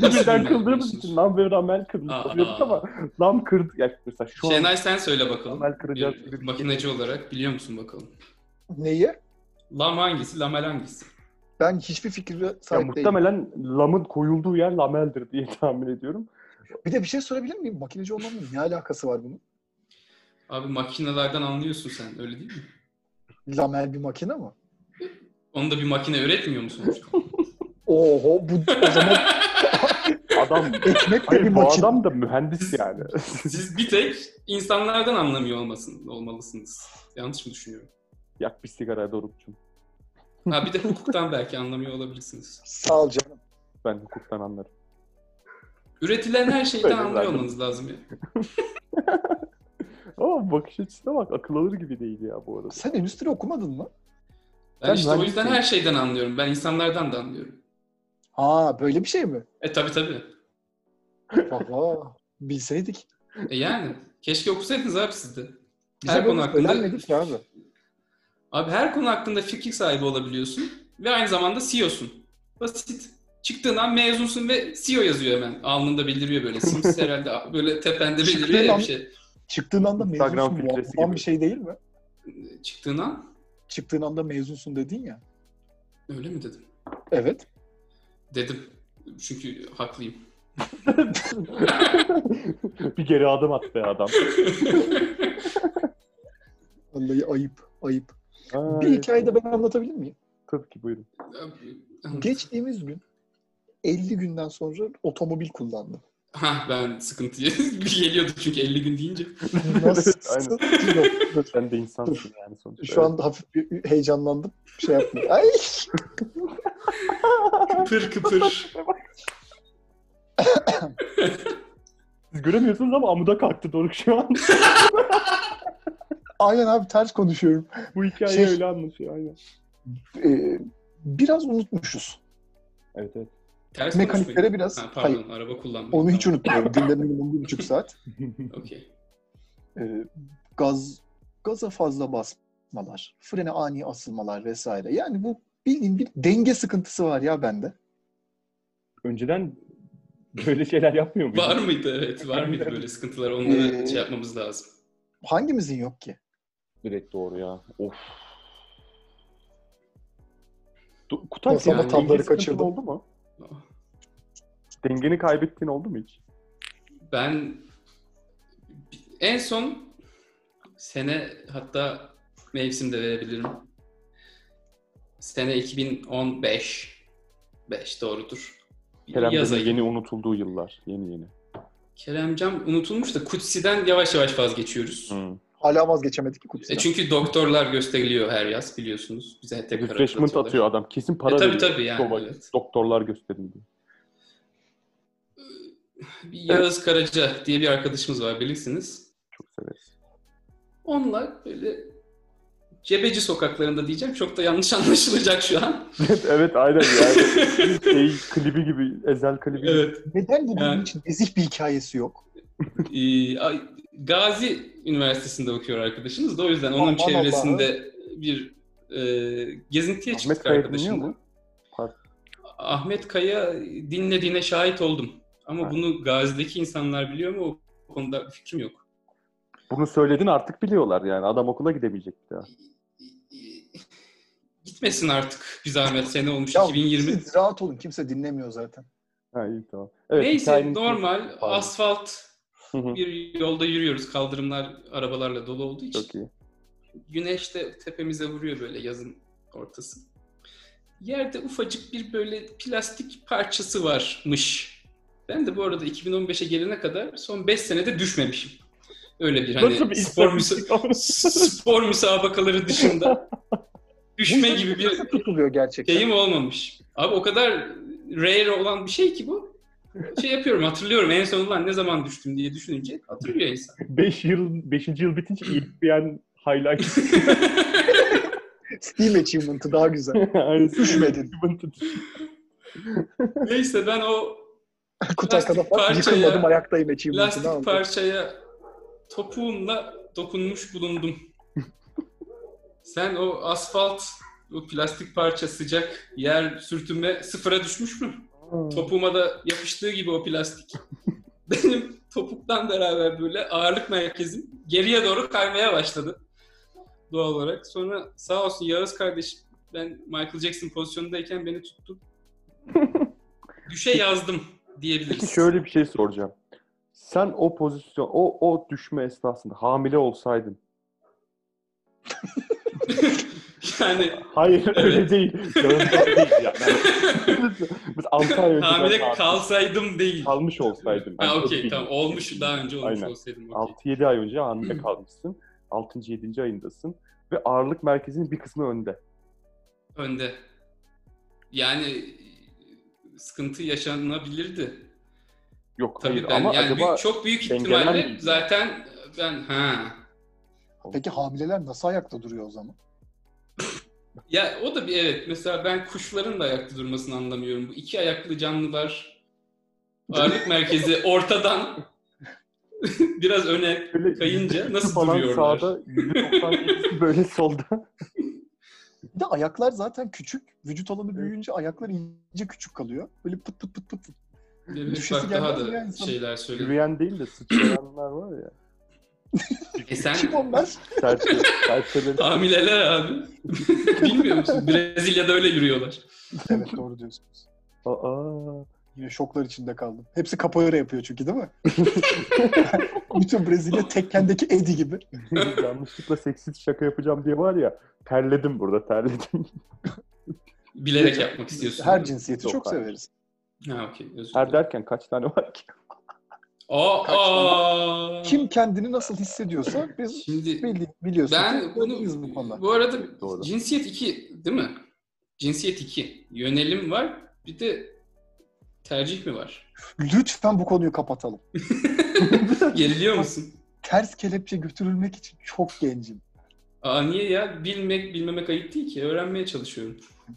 Speaker 3: Nasıl
Speaker 2: Birden kıldığımız
Speaker 3: bilmiyorsunuz?
Speaker 2: için lam ve lamel
Speaker 3: Aa. Şey
Speaker 2: kırdık ama lam kırdık. Yani mesela şu an
Speaker 3: Şenay sen söyle bakalım.
Speaker 2: lamel kıracağız
Speaker 3: Bir
Speaker 2: gibi bir şey.
Speaker 3: Makineci olarak biliyor musun bakalım?
Speaker 1: Neyi?
Speaker 3: Lam hangisi, lamel hangisi?
Speaker 1: Ben hiçbir fikre
Speaker 2: Ya
Speaker 1: sahip değilim.
Speaker 2: muhtemelen lamın koyulduğu yer lameldir diye tahmin ediyorum.
Speaker 1: Bir de bir şey sorabilir miyim? Makineci olmanın ne alakası var bunun?
Speaker 3: Abi makinelerden anlıyorsun sen öyle değil mi?
Speaker 1: Lamel bir makine mi?
Speaker 3: Onu da bir makine üretmiyor musunuz?
Speaker 1: Oho bu o zaman
Speaker 2: Adam
Speaker 1: ekmek de bir
Speaker 2: hayır, bu
Speaker 1: makine.
Speaker 2: adam da mühendis yani.
Speaker 3: Siz bir tek insanlardan anlamıyor olmasın, olmalısınız. Yanlış mı düşünüyorum?
Speaker 2: Yak bir sigara Doruk'cum.
Speaker 3: Ha bir de hukuktan belki anlamıyor olabilirsiniz.
Speaker 1: Sağ ol canım.
Speaker 2: Ben hukuktan anlarım.
Speaker 3: Üretilen her şeyden
Speaker 2: Öyle
Speaker 3: anlıyor
Speaker 2: zaten.
Speaker 3: olmanız lazım ya.
Speaker 2: Ama bakış açısına bak akıl alır gibi değil ya bu arada.
Speaker 1: Sen endüstri okumadın mı?
Speaker 3: Ben
Speaker 2: Ben şey-
Speaker 3: işte o yüzden
Speaker 2: mühendisim.
Speaker 3: her şeyden anlıyorum. Ben insanlardan da anlıyorum.
Speaker 1: Ha böyle bir şey mi?
Speaker 3: E tabi tabi.
Speaker 1: Valla bilseydik.
Speaker 3: E yani. Keşke okusaydınız abi siz de.
Speaker 1: Bize
Speaker 3: Her
Speaker 1: böyle
Speaker 3: konu hakkında-
Speaker 1: öğrenmedik ya abi.
Speaker 3: Abi her konu hakkında fikir sahibi olabiliyorsun ve aynı zamanda CEO'sun. Basit. Çıktığın an mezunsun ve CEO yazıyor hemen. Alnında bildiriyor böyle. Sims herhalde böyle tepende bildiriyor ya bir şey.
Speaker 1: Çıktığın anda
Speaker 2: Instagram
Speaker 1: mezunsun
Speaker 2: filtresi
Speaker 1: muazzam
Speaker 2: gibi.
Speaker 1: bir şey değil mi?
Speaker 3: Çıktığın an
Speaker 1: Çıktığın anda mezunsun dedin ya.
Speaker 3: öyle mi dedim?
Speaker 1: Evet.
Speaker 3: Dedim. Çünkü haklıyım.
Speaker 2: bir geri adım attı adam.
Speaker 1: Vallahi ayıp. Ayıp.
Speaker 2: Ay,
Speaker 1: Bir hikaye de ben anlatabilir miyim?
Speaker 2: Tabii ki buyurun.
Speaker 1: Geçtiğimiz gün 50 günden sonra otomobil kullandım.
Speaker 3: ha ben sıkıntıya geliyordu çünkü 50 gün deyince.
Speaker 1: Nasıl? Yok, dur.
Speaker 2: Sen de insansın yani sonuçta.
Speaker 1: Şu an hafif bir heyecanlandım. Şey yaptım. Ay!
Speaker 3: Kıpır kıpır.
Speaker 2: Siz göremiyorsunuz ama amuda kalktı Doruk şu an.
Speaker 1: Aynen abi ters konuşuyorum.
Speaker 2: bu hikaye
Speaker 1: Şey-
Speaker 2: öyle anlatıyor aynen.
Speaker 1: Ee, biraz unutmuşuz.
Speaker 2: Evet evet.
Speaker 3: Ters
Speaker 1: Mekaniklere
Speaker 3: konuşmayın.
Speaker 1: biraz.
Speaker 3: Ha,
Speaker 1: hayır.
Speaker 3: pardon araba kullanmıyorum.
Speaker 1: Onu hiç
Speaker 3: Tamam.
Speaker 1: unutmuyorum. Günde minimum bir buçuk saat.
Speaker 3: Okey.
Speaker 1: Ee, e, gaz gaza fazla basmalar, frene ani asılmalar vesaire. Yani bu bildiğin bir denge sıkıntısı var ya bende.
Speaker 2: Önceden böyle şeyler yapmıyor muydun?
Speaker 3: Var mıydı? Evet, var mıydı böyle sıkıntılar? Onları
Speaker 1: Ee,
Speaker 3: şey yapmamız lazım.
Speaker 1: Hangimizin yok ki?
Speaker 2: Direkt doğru ya. Of. Du-
Speaker 1: O
Speaker 2: Kutay
Speaker 1: zaman
Speaker 2: senin denge
Speaker 1: tabları
Speaker 2: sıkıntın
Speaker 1: kaçırdım.
Speaker 2: oldu mu? Dengeni kaybettiğin oldu mu hiç?
Speaker 3: Ben en son sene hatta mevsim de verebilirim. Sene 2015. 5 doğrudur.
Speaker 2: Kerem
Speaker 3: Yaz
Speaker 2: Bey'in
Speaker 3: ayı.
Speaker 2: yeni unutulduğu yıllar. Yeni yeni.
Speaker 3: Keremcam unutulmuş da Kutsi'den yavaş yavaş vazgeçiyoruz.
Speaker 2: Hı.
Speaker 1: Hala vazgeçemedik ki Kudüs'ten.
Speaker 3: E çünkü doktorlar gösteriliyor her yaz biliyorsunuz. Bize tekrar
Speaker 2: Refreshment
Speaker 3: hatırlatıyorlar.
Speaker 2: atıyor adam. Kesin para
Speaker 3: E, tabii
Speaker 2: veriyor.
Speaker 3: tabii yani.
Speaker 2: Baba,
Speaker 3: evet.
Speaker 2: Doktorlar gösterildi.
Speaker 3: Bir Yağız Karaca diye bir arkadaşımız var bilirsiniz.
Speaker 2: Çok severiz.
Speaker 3: Onlar böyle cebeci sokaklarında diyeceğim. Çok da yanlış anlaşılacak şu an.
Speaker 2: evet, evet aynen yani. şey, klibi gibi. Ezel klibi gibi.
Speaker 3: evet.
Speaker 1: Neden bu bunun
Speaker 3: Yani-
Speaker 1: için nezih bir hikayesi yok?
Speaker 3: Ee, ay- Gazi Üniversitesi'nde okuyor arkadaşımız da o yüzden onun
Speaker 1: Aman
Speaker 3: çevresinde bir e, gezintiye
Speaker 2: Ahmet
Speaker 3: çıktık
Speaker 2: Kaya dinliyor
Speaker 3: arkadaşımla.
Speaker 2: mu? Pardon.
Speaker 3: Ahmet Kaya dinlediğine şahit oldum. Ama
Speaker 2: Ha.
Speaker 3: bunu Gazi'deki insanlar biliyor mu? O konuda bir fikrim yok.
Speaker 2: Bunu söyledin artık biliyorlar yani. Adam okula gidemeyecek bir daha.
Speaker 3: Gitmesin artık bir zahmet sene olmuş
Speaker 1: Ya
Speaker 3: 2020.
Speaker 1: siz rahat olun kimse dinlemiyor zaten.
Speaker 2: Ha iyi tamam. Evet,
Speaker 3: Neyse
Speaker 2: hikayenin-
Speaker 3: normal
Speaker 2: Pardon.
Speaker 3: asfalt
Speaker 2: Hı hı.
Speaker 3: bir yolda yürüyoruz. Kaldırımlar arabalarla dolu olduğu için.
Speaker 2: Çok iyi.
Speaker 3: Güneş de tepemize vuruyor böyle yazın ortası. Yerde ufacık bir böyle plastik parçası varmış. Ben de bu arada 2015'e gelene kadar son 5 senede düşmemişim. Öyle bir hani spor, müsa- spor müsabakaları dışında düşme gibi bir
Speaker 1: Nasıl tutuluyor gerçekten?
Speaker 3: şeyim olmamış. Abi o kadar rare olan bir şey ki bu. Şey yapıyorum hatırlıyorum en son ulan ne zaman düştüm diye düşününce hatırlıyor insan.
Speaker 2: 5 yıl 5. yıl bitince ESPN highlight
Speaker 1: Steam achievement'ı daha güzel. Düşmedin.
Speaker 3: Neyse ben o
Speaker 1: Kutay
Speaker 3: Plastik
Speaker 1: Kadafak
Speaker 3: parça
Speaker 1: yıkılmadım
Speaker 3: ya.
Speaker 1: ayaktayım achievement'ı. ne
Speaker 3: Plastik
Speaker 1: yapayım?
Speaker 3: parçaya topuğumla dokunmuş bulundum. Sen o asfalt, o plastik parça sıcak yer sürtünme sıfıra düşmüş mü? Topuğuma da yapıştığı gibi o plastik. Benim topuktan beraber böyle ağırlık merkezim geriye doğru kaymaya başladı. Doğal olarak. Sonra sağ olsun Yağız kardeşim ben Michael Jackson pozisyonundayken beni tuttu. Düşe yazdım diyebiliriz.
Speaker 2: Peki şöyle bir şey soracağım. Sen o pozisyon, o o düşme esnasında hamile olsaydın.
Speaker 3: yani
Speaker 2: Hayır öyle
Speaker 3: Evet.
Speaker 2: değil. Yanımda değil ya. Ben- Biz Antalya'da
Speaker 3: Hamile
Speaker 2: ben-
Speaker 3: kalsaydım değil.
Speaker 2: kalmış olsaydım.
Speaker 3: Ha
Speaker 2: Yani
Speaker 3: okey
Speaker 2: öpeyim.
Speaker 3: tamam olmuş daha önce olmuş
Speaker 2: Aynen.
Speaker 3: olsaydım. okey.
Speaker 2: 6-7 ay önce hamile kalmışsın. 6. 7. ayındasın ve ağırlık merkezinin bir kısmı önde.
Speaker 3: Önde. Yani sıkıntı yaşanabilirdi.
Speaker 2: Yok
Speaker 3: Tabii
Speaker 2: hayır
Speaker 3: ben
Speaker 2: ama
Speaker 3: yani
Speaker 2: acaba
Speaker 3: büyük- çok büyük
Speaker 2: dengeler
Speaker 3: ihtimalle
Speaker 2: miydi?
Speaker 3: zaten ben ha.
Speaker 1: Peki hamileler nasıl ayakta duruyor o zaman?
Speaker 3: Ya o da bir evet mesela ben kuşların da ayakta durmasını anlamıyorum. Bu iki ayaklı canlılar ağırlık merkezi ortadan biraz öne
Speaker 2: böyle
Speaker 3: kayınca nasıl
Speaker 2: falan
Speaker 3: duruyorlar?
Speaker 2: sağda, %97'si böyle solda.
Speaker 1: Bir de ayaklar zaten küçük. Vücut alanı büyüyünce ayaklar iyice küçük kalıyor. Böyle pıt pıt pıt pıt pıt.
Speaker 3: Evet,
Speaker 1: Düşesi
Speaker 3: bak daha
Speaker 1: gelmez mi ya
Speaker 3: da
Speaker 1: insan?
Speaker 3: şeyler söyledi.
Speaker 2: Yürüyen değil de sıçrayanlar var ya.
Speaker 3: E sen
Speaker 1: Kim onlar?
Speaker 2: Serçe, serçeleri.
Speaker 3: Hamileler abi. Bilmiyor musun? Brezilya'da öyle yürüyorlar.
Speaker 1: evet doğru diyorsunuz.
Speaker 2: Aa,
Speaker 1: Yine şoklar içinde kaldım. Hepsi capoeira yapıyor çünkü değil mi? Bütün Brezilya tekkendeki Eddie gibi.
Speaker 2: yanlışlıkla seksist şaka yapacağım diye var ya. Terledim burada terledim.
Speaker 3: Bilerek yapmak istiyorsun.
Speaker 1: Her cinsiyeti
Speaker 2: Yok,
Speaker 1: çok
Speaker 2: hayır.
Speaker 1: severiz.
Speaker 3: Ha okey. Özür
Speaker 2: Her
Speaker 3: dilerim.
Speaker 2: Er derken kaç tane var ki?
Speaker 3: Aa,
Speaker 1: Kaç
Speaker 3: aa.
Speaker 1: Kim kendini nasıl hissediyorsa biz
Speaker 3: Şimdi
Speaker 1: bili- biliyorsunuz.
Speaker 3: ben bunu
Speaker 1: biz bu konuda.
Speaker 3: bu arada
Speaker 2: Doğru.
Speaker 3: cinsiyet 2 değil mi? Cinsiyet 2. Yönelim var. Bir de tercih mi var?
Speaker 1: Lütfen bu konuyu kapatalım.
Speaker 3: Geriliyor musun?
Speaker 1: Ters kelepçe götürülmek için çok gencim.
Speaker 3: Aa niye ya? Bilmek bilmemek ayıp değil ki. Öğrenmeye çalışıyorum.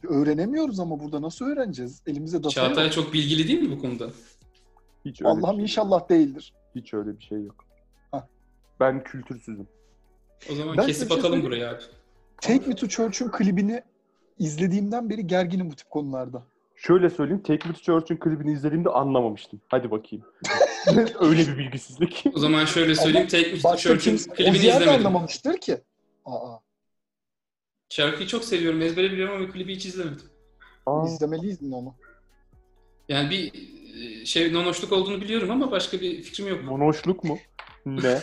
Speaker 1: Öğrenemiyoruz ama burada nasıl öğreneceğiz? Elimizde data yok.
Speaker 3: Çağatay çok bilgili değil mi bu konuda?
Speaker 2: Hiç öyle bir
Speaker 1: Allah'ım
Speaker 2: şey yok.
Speaker 1: inşallah değildir.
Speaker 2: Hiç öyle bir şey yok.
Speaker 1: Hah.
Speaker 2: Ben kültürsüzüm.
Speaker 3: O zaman
Speaker 1: Ben
Speaker 3: kesip
Speaker 1: size bir şey
Speaker 3: atalım burayı abi.
Speaker 1: Take Me To Church'un klibini izlediğimden beri gerginim bu tip konularda.
Speaker 2: Şöyle söyleyeyim. Take Me To Church'un klibini izlediğimde anlamamıştım. Hadi bakayım. Öyle bir bilgisizlik.
Speaker 3: O zaman şöyle söyleyeyim. Take Me To
Speaker 1: Başka
Speaker 3: Church'un
Speaker 1: kim
Speaker 3: klibini
Speaker 1: Oziyer de
Speaker 3: izlemedim.
Speaker 1: anlamamıştır ki. Aa,
Speaker 3: Şarkıyı çok seviyorum. Ezbere biliyorum ama klibi hiç izlemedim.
Speaker 2: Aa,
Speaker 1: izlemeliyiz mi onu?
Speaker 3: Yani bir e, şey nonoşluk olduğunu biliyorum ama başka bir fikrim yok.
Speaker 2: monoşluk mu? Ne?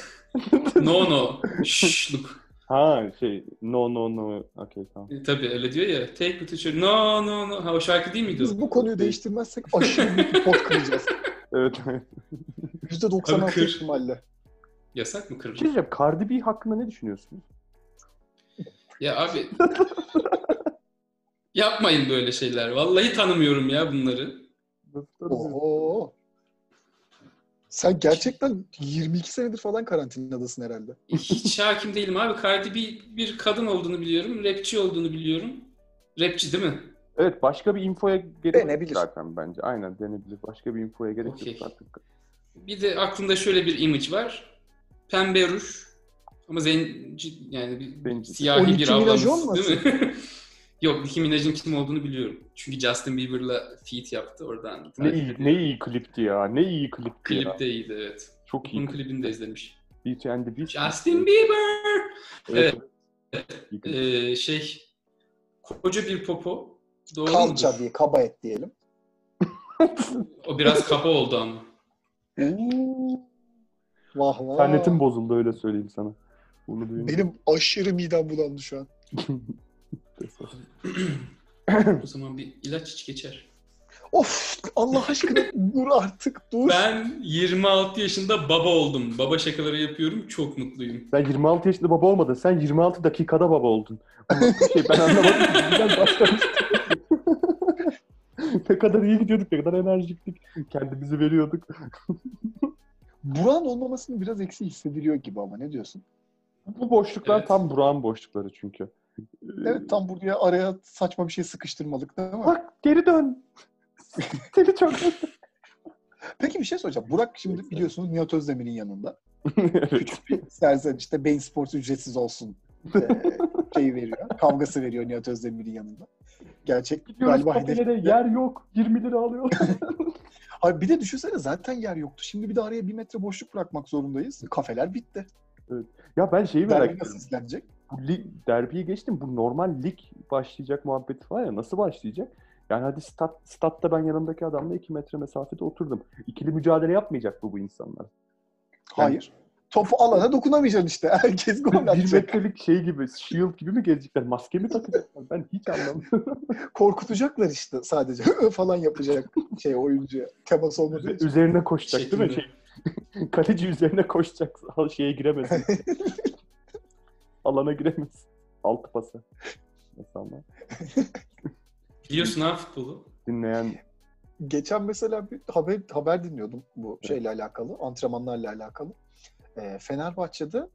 Speaker 3: No no. Şşluk.
Speaker 2: Ha şey no no no. Okey tamam.
Speaker 3: E, Tabii öyle diyor ya. Take me to church. No no no. Ha o şarkı değil miydi
Speaker 1: Biz
Speaker 3: o?
Speaker 1: bu konuyu değiştirmezsek aşırı büyük bir pot kıracağız.
Speaker 2: Evet.
Speaker 1: %96
Speaker 3: Abi kır.
Speaker 1: ihtimalle.
Speaker 3: Yasak mı
Speaker 2: Bir
Speaker 3: kırmızı?
Speaker 2: şey diyeceğim. Cardi B hakkında ne düşünüyorsunuz?
Speaker 3: Ya abi. Yapmayın böyle şeyler. Vallahi tanımıyorum ya bunları.
Speaker 1: Oh, Oo. Sen gerçekten 22 senedir falan karantinadasın herhalde.
Speaker 3: Hiç hakim değilim abi. Cardi B bir kadın olduğunu biliyorum. Rapçi olduğunu biliyorum. Rapçi değil mi?
Speaker 2: Evet başka bir infoya gerek
Speaker 1: Denebilir.
Speaker 2: yok zaten bence. Aynen denebilir. Başka bir infoya gerek
Speaker 3: Okey.
Speaker 2: yok artık.
Speaker 3: Bir de aklımda şöyle bir imaj var. Pembe ruj ama zenci yani bir, bir
Speaker 2: Zenci.
Speaker 1: O
Speaker 3: siyahi bir
Speaker 1: Nicki Minaj
Speaker 3: ablamız değil mi? Yok Nicki Minaj'ın kim olduğunu biliyorum. Çünkü Justin Bieber'la feat yaptı oradan.
Speaker 2: Ne iyi, ne iyi klipti ya. Ne iyi klipti ya.
Speaker 3: Klip de iyiydi evet.
Speaker 2: Çok
Speaker 3: Bunun
Speaker 2: iyi.
Speaker 3: klibini de izlemiş.
Speaker 2: Beach and the Beach.
Speaker 3: Justin Bieber!
Speaker 2: Evet. İyi klip.
Speaker 3: Ee, şey, koca bir popo. Doğru mudur?
Speaker 1: Kalça diye, kaba et diyelim.
Speaker 3: O biraz kaba oldu ama.
Speaker 1: Vah vah.
Speaker 2: İnternetim bozuldu öyle söyleyeyim sana. Bunu duyunca.
Speaker 1: Benim aşırı midem bulandı şu an.
Speaker 3: o zaman bir ilaç iç geçer.
Speaker 1: Of Allah aşkına dur artık dur.
Speaker 3: Ben 26 yaşında baba oldum. Baba şakaları yapıyorum. Çok mutluyum.
Speaker 2: Sen 26 yaşında baba olmadın. Sen 26 dakikada baba oldun. Ama şey, ben anlamadım. Ben başlamıştım. ne kadar iyi gidiyorduk, ne kadar enerjiktik. Kendimizi veriyorduk.
Speaker 1: Buran olmamasını biraz eksi hissediliyor gibi ama ne diyorsun?
Speaker 2: Bu boşluklar
Speaker 3: Evet.
Speaker 2: tam Burak'ın boşlukları çünkü. Ee,
Speaker 1: Evet tam buraya araya saçma bir şey sıkıştırmalık değil mi?
Speaker 2: Bak geri dön. Seni çok
Speaker 1: Peki bir şey soracağım. Burak şimdi biliyorsunuz Nihat Özdemir'in yanında.
Speaker 2: Evet.
Speaker 1: Serzen işte Beyin Sports ücretsiz olsun e, şeyi veriyor. Kavgası veriyor Nihat Özdemir'in yanında. Gerçek
Speaker 2: Gidiyoruz
Speaker 1: galiba hedef.
Speaker 2: kafelere, yer yok. 20 lira alıyor.
Speaker 1: Abi bir de düşünsene zaten yer yoktu. Şimdi bir de araya bir metre boşluk bırakmak zorundayız. Kafeler bitti.
Speaker 2: ya ben şeyi merak
Speaker 1: Derbi
Speaker 2: ediyorum.
Speaker 1: nasıl izlenecek?
Speaker 2: Bu lig, derbiyi geçtim. Bu normal lig başlayacak muhabbeti var ya. Nasıl başlayacak? Yani hadi stat, statta ben yanımdaki adamla 2 metre mesafede oturdum. İkili mücadele yapmayacak bu bu insanlar.
Speaker 1: Hayır. Topu alana dokunamayacaksın işte. Herkes gol
Speaker 2: Bir
Speaker 1: atacak.
Speaker 2: metrelik şey gibi, shield gibi mi gezecekler? Maske mi takacaklar? Ben hiç anlamıyorum.
Speaker 1: Korkutacaklar işte sadece. "Hı" falan yapacak şey oyuncuya. Temas olmadığı için.
Speaker 2: üzerine koşacak değil mi?
Speaker 3: Şeklinde.
Speaker 2: Şey, kaleci üzerine koşacak. Şeye giremesin. Alana giremesin. Altı pası. Mesela
Speaker 3: Biliyorsun ha futbolu.
Speaker 2: dinleyen
Speaker 1: Geçen mesela bir haber haber dinliyordum bu şeyle alakalı, antrenmanlarla alakalı. Ee, Fenerbahçe'de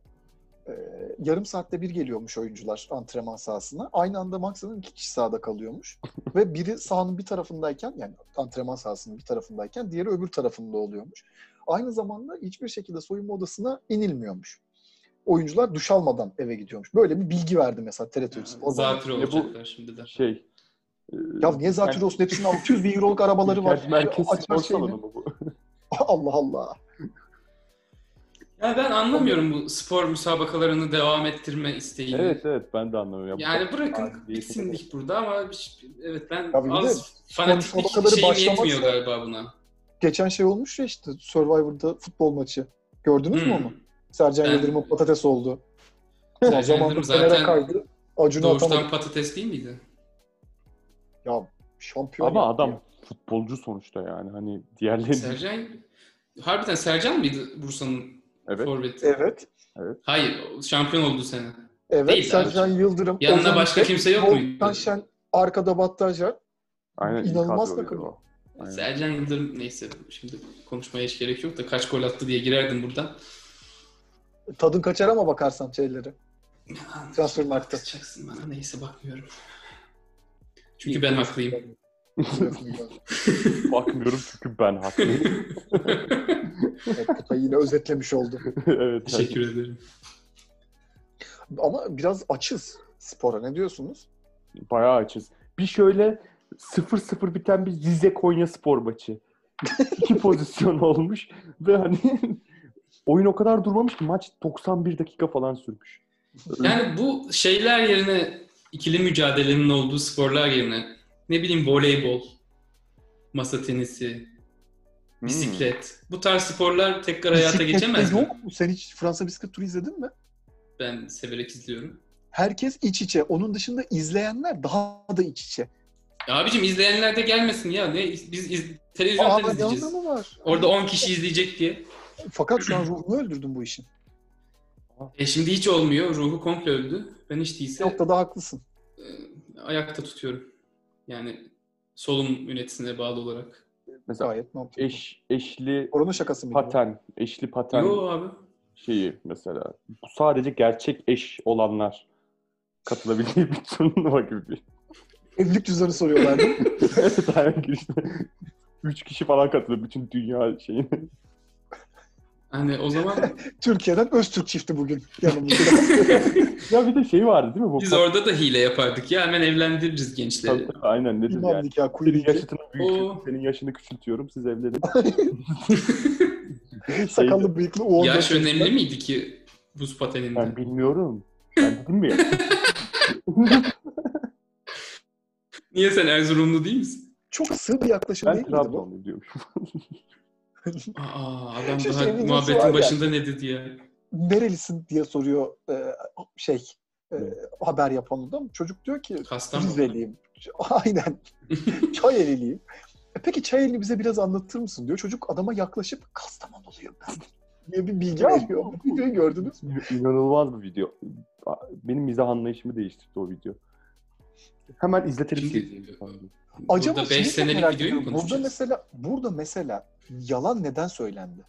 Speaker 1: e, yarım saatte bir geliyormuş oyuncular antrenman sahasına. Aynı anda maksimum iki kişi sahada kalıyormuş. Ve biri sahanın bir tarafındayken yani antrenman sahasının bir tarafındayken diğeri öbür tarafında oluyormuş. Aynı zamanda hiçbir şekilde soyunma odasına inilmiyormuş. Oyuncular duş almadan eve gidiyormuş. Böyle bir bilgi verdi mesela TRT 3. O zaman.
Speaker 3: Zatürre
Speaker 2: Ya bu-
Speaker 3: olacaklar şimdi de.
Speaker 2: şey... e,
Speaker 1: Ya niye Zatürre olsun? Hepsinin 600 bin euroluk arabaları var. şey
Speaker 2: Merkez- Merkez
Speaker 1: Açar
Speaker 2: spor
Speaker 1: şeyini.
Speaker 2: salonu mu bu?
Speaker 1: Allah Allah.
Speaker 3: Yani ben anlamıyorum bu spor müsabakalarını devam ettirme isteğini.
Speaker 2: Evet evet ben de anlamıyorum. Ya bu-
Speaker 3: Yani
Speaker 2: Abi,
Speaker 3: bırakın
Speaker 2: değil.
Speaker 3: bitsinlik burada ama hiç- evet ben
Speaker 1: Tabii de
Speaker 3: az
Speaker 1: müsabakaları
Speaker 3: fanatiklik şeyim yetmiyor
Speaker 1: başlamazsa-
Speaker 3: galiba buna.
Speaker 1: Geçen şey olmuş ya işte Survivor'da futbol maçı. Gördünüz mü
Speaker 3: Hmm.
Speaker 1: onu? Sercan
Speaker 3: Ben-
Speaker 1: Yıldırım'ın patates oldu.
Speaker 3: Sercan
Speaker 1: O zaman da
Speaker 3: Yıldırım
Speaker 1: kenara
Speaker 3: zaten
Speaker 1: kaydı. Acun'u
Speaker 3: Doğuştan
Speaker 1: atamadı.
Speaker 3: patates değil miydi?
Speaker 1: Ya şampiyon.
Speaker 2: Ama
Speaker 1: yaptı
Speaker 2: adam
Speaker 1: ya.
Speaker 2: futbolcu sonuçta yani hani diğerleri
Speaker 3: Sercan Harbiden Sercan mıydı Bursa'nın
Speaker 2: evet
Speaker 3: forveti?
Speaker 1: Evet.
Speaker 3: Hayır, o şampiyon olduğu sene.
Speaker 1: Evet.
Speaker 3: Değil
Speaker 1: Sercan Yıldırım.
Speaker 3: Yanına
Speaker 1: Ozan
Speaker 3: başka
Speaker 1: Tek,
Speaker 3: kimse yok
Speaker 1: Volkan
Speaker 3: muydu?
Speaker 1: Şen, arkada Battajlar.
Speaker 2: aynen
Speaker 1: inanılmaz
Speaker 2: inanılmaz
Speaker 1: takım.
Speaker 2: takım. Aynen.
Speaker 3: Sercan Yıldırım neyse şimdi konuşmaya hiç gerek yok da kaç gol attı diye girerdim buradan.
Speaker 1: Tadın kaçar ama bakarsan şeyleri. Transfer markta.
Speaker 3: Bakacaksın bana neyse bakmıyorum. Çünkü ben haklıyım.
Speaker 2: Bakmıyorum çünkü ben haklıyım.
Speaker 1: evet, Kutay yine özetlemiş oldu.
Speaker 2: evet.
Speaker 3: Teşekkür ederim.
Speaker 1: Ama biraz açız spora. Ne diyorsunuz?
Speaker 2: Bayağı açız. Bir şöyle 0-0 biten bir Rize Konya spor maçı. İki pozisyon olmuş ve hani oyun o kadar durmamış ki maç 91 dakika falan sürmüş.
Speaker 3: Yani bu şeyler yerine ikili mücadelenin olduğu sporlar yerine ne bileyim voleybol, masa tenisi,
Speaker 2: Hmm.
Speaker 3: bisiklet. Bu tarz sporlar tekrar hayata
Speaker 1: Bisiklette
Speaker 3: geçemez mi?
Speaker 1: yok mu? Sen hiç Fransa bisiklet turu izledin mi?
Speaker 3: Ben severek izliyorum.
Speaker 1: Herkes iç içe. Onun dışında izleyenler daha da iç içe.
Speaker 3: Ya abicim izleyenler de gelmesin ya. Ne biz iz, televizyondan
Speaker 1: Aa, ne
Speaker 3: izleyeceğiz.
Speaker 1: anlamı var?
Speaker 3: Orada 10 kişi izleyecek diye.
Speaker 1: Fakat şu an ruhunu öldürdün bu işin.
Speaker 3: E şimdi hiç olmuyor. Ruhu komple öldü. Ben hiç
Speaker 1: Bir
Speaker 3: değilse
Speaker 1: noktada haklısın.
Speaker 3: e, ayakta tutuyorum. Yani solum yönetisine bağlı olarak.
Speaker 2: Mesela
Speaker 1: Gayet mantıklı.
Speaker 2: eş, eşli
Speaker 1: Oranın şakası mıydı? bu?
Speaker 2: paten, eşli paten
Speaker 3: Yo abi.
Speaker 2: şeyi mesela. Bu sadece gerçek eş olanlar katılabildiği bir turnuva gibi.
Speaker 1: Evlilik cüzdanı soruyorlardı.
Speaker 2: evet aynen girişte. Üç kişi falan katılıyor bütün dünya şeyine.
Speaker 3: Hani o zaman
Speaker 1: Türkiye'den Öztürk çifti bugün yanımızda.
Speaker 2: Ya bir de şey vardı değil mi? Bu
Speaker 3: biz orada da hile yapardık ya. Hemen evlendiririz gençleri.
Speaker 2: Tabii, Aynen nedir
Speaker 1: İmam
Speaker 2: yani?
Speaker 1: nikahı, kuyu
Speaker 2: Senin
Speaker 1: nikahı.
Speaker 2: yaşını büyütüyorum,
Speaker 3: Oo.
Speaker 2: senin yaşını küçültüyorum, siz evlenin. şey
Speaker 1: Sakallı bıyıklı Oğuz.
Speaker 3: Yaş
Speaker 1: Öztürk.
Speaker 3: önemli miydi ki buz pateninde?
Speaker 2: Ben bilmiyorum. Ben dedim mi?
Speaker 3: Niye sen Erzurumlu değil misin?
Speaker 1: Çok sığ bir yaklaşım
Speaker 2: ben
Speaker 1: değil miydi bu?
Speaker 2: Trabzonlu diyormuşum.
Speaker 3: Aa adam
Speaker 1: Şu
Speaker 3: daha
Speaker 1: şey videosu var ya.
Speaker 3: muhabbetin başında ne dedi ya?
Speaker 1: Nerelisin diye soruyor e, şey e,
Speaker 2: Evet.
Speaker 1: haber yapan adam. Çocuk diyor ki
Speaker 3: Kastamonu.
Speaker 1: Rizeliyim. Aynen. Çayeliliyim. E peki Çayeli bize biraz anlatır mısın diyor. Çocuk adama yaklaşıp Kastamonuluyum ben diye bir bilgi
Speaker 2: Ya,
Speaker 1: veriyor. Bu videoyu gördünüz mü?
Speaker 2: İnanılmaz bir video. Benim mizah anlayışımı değiştirdi o video. Hemen izletelim.
Speaker 3: Şimdi-
Speaker 2: ki.
Speaker 1: Acaba
Speaker 3: Burada
Speaker 1: şeyi
Speaker 3: 5
Speaker 1: çok
Speaker 3: senelik
Speaker 1: merak
Speaker 3: videoyu mu
Speaker 1: ediyorum. Burada
Speaker 3: konuşacağız?
Speaker 1: mesela burada mesela yalan neden söylendi?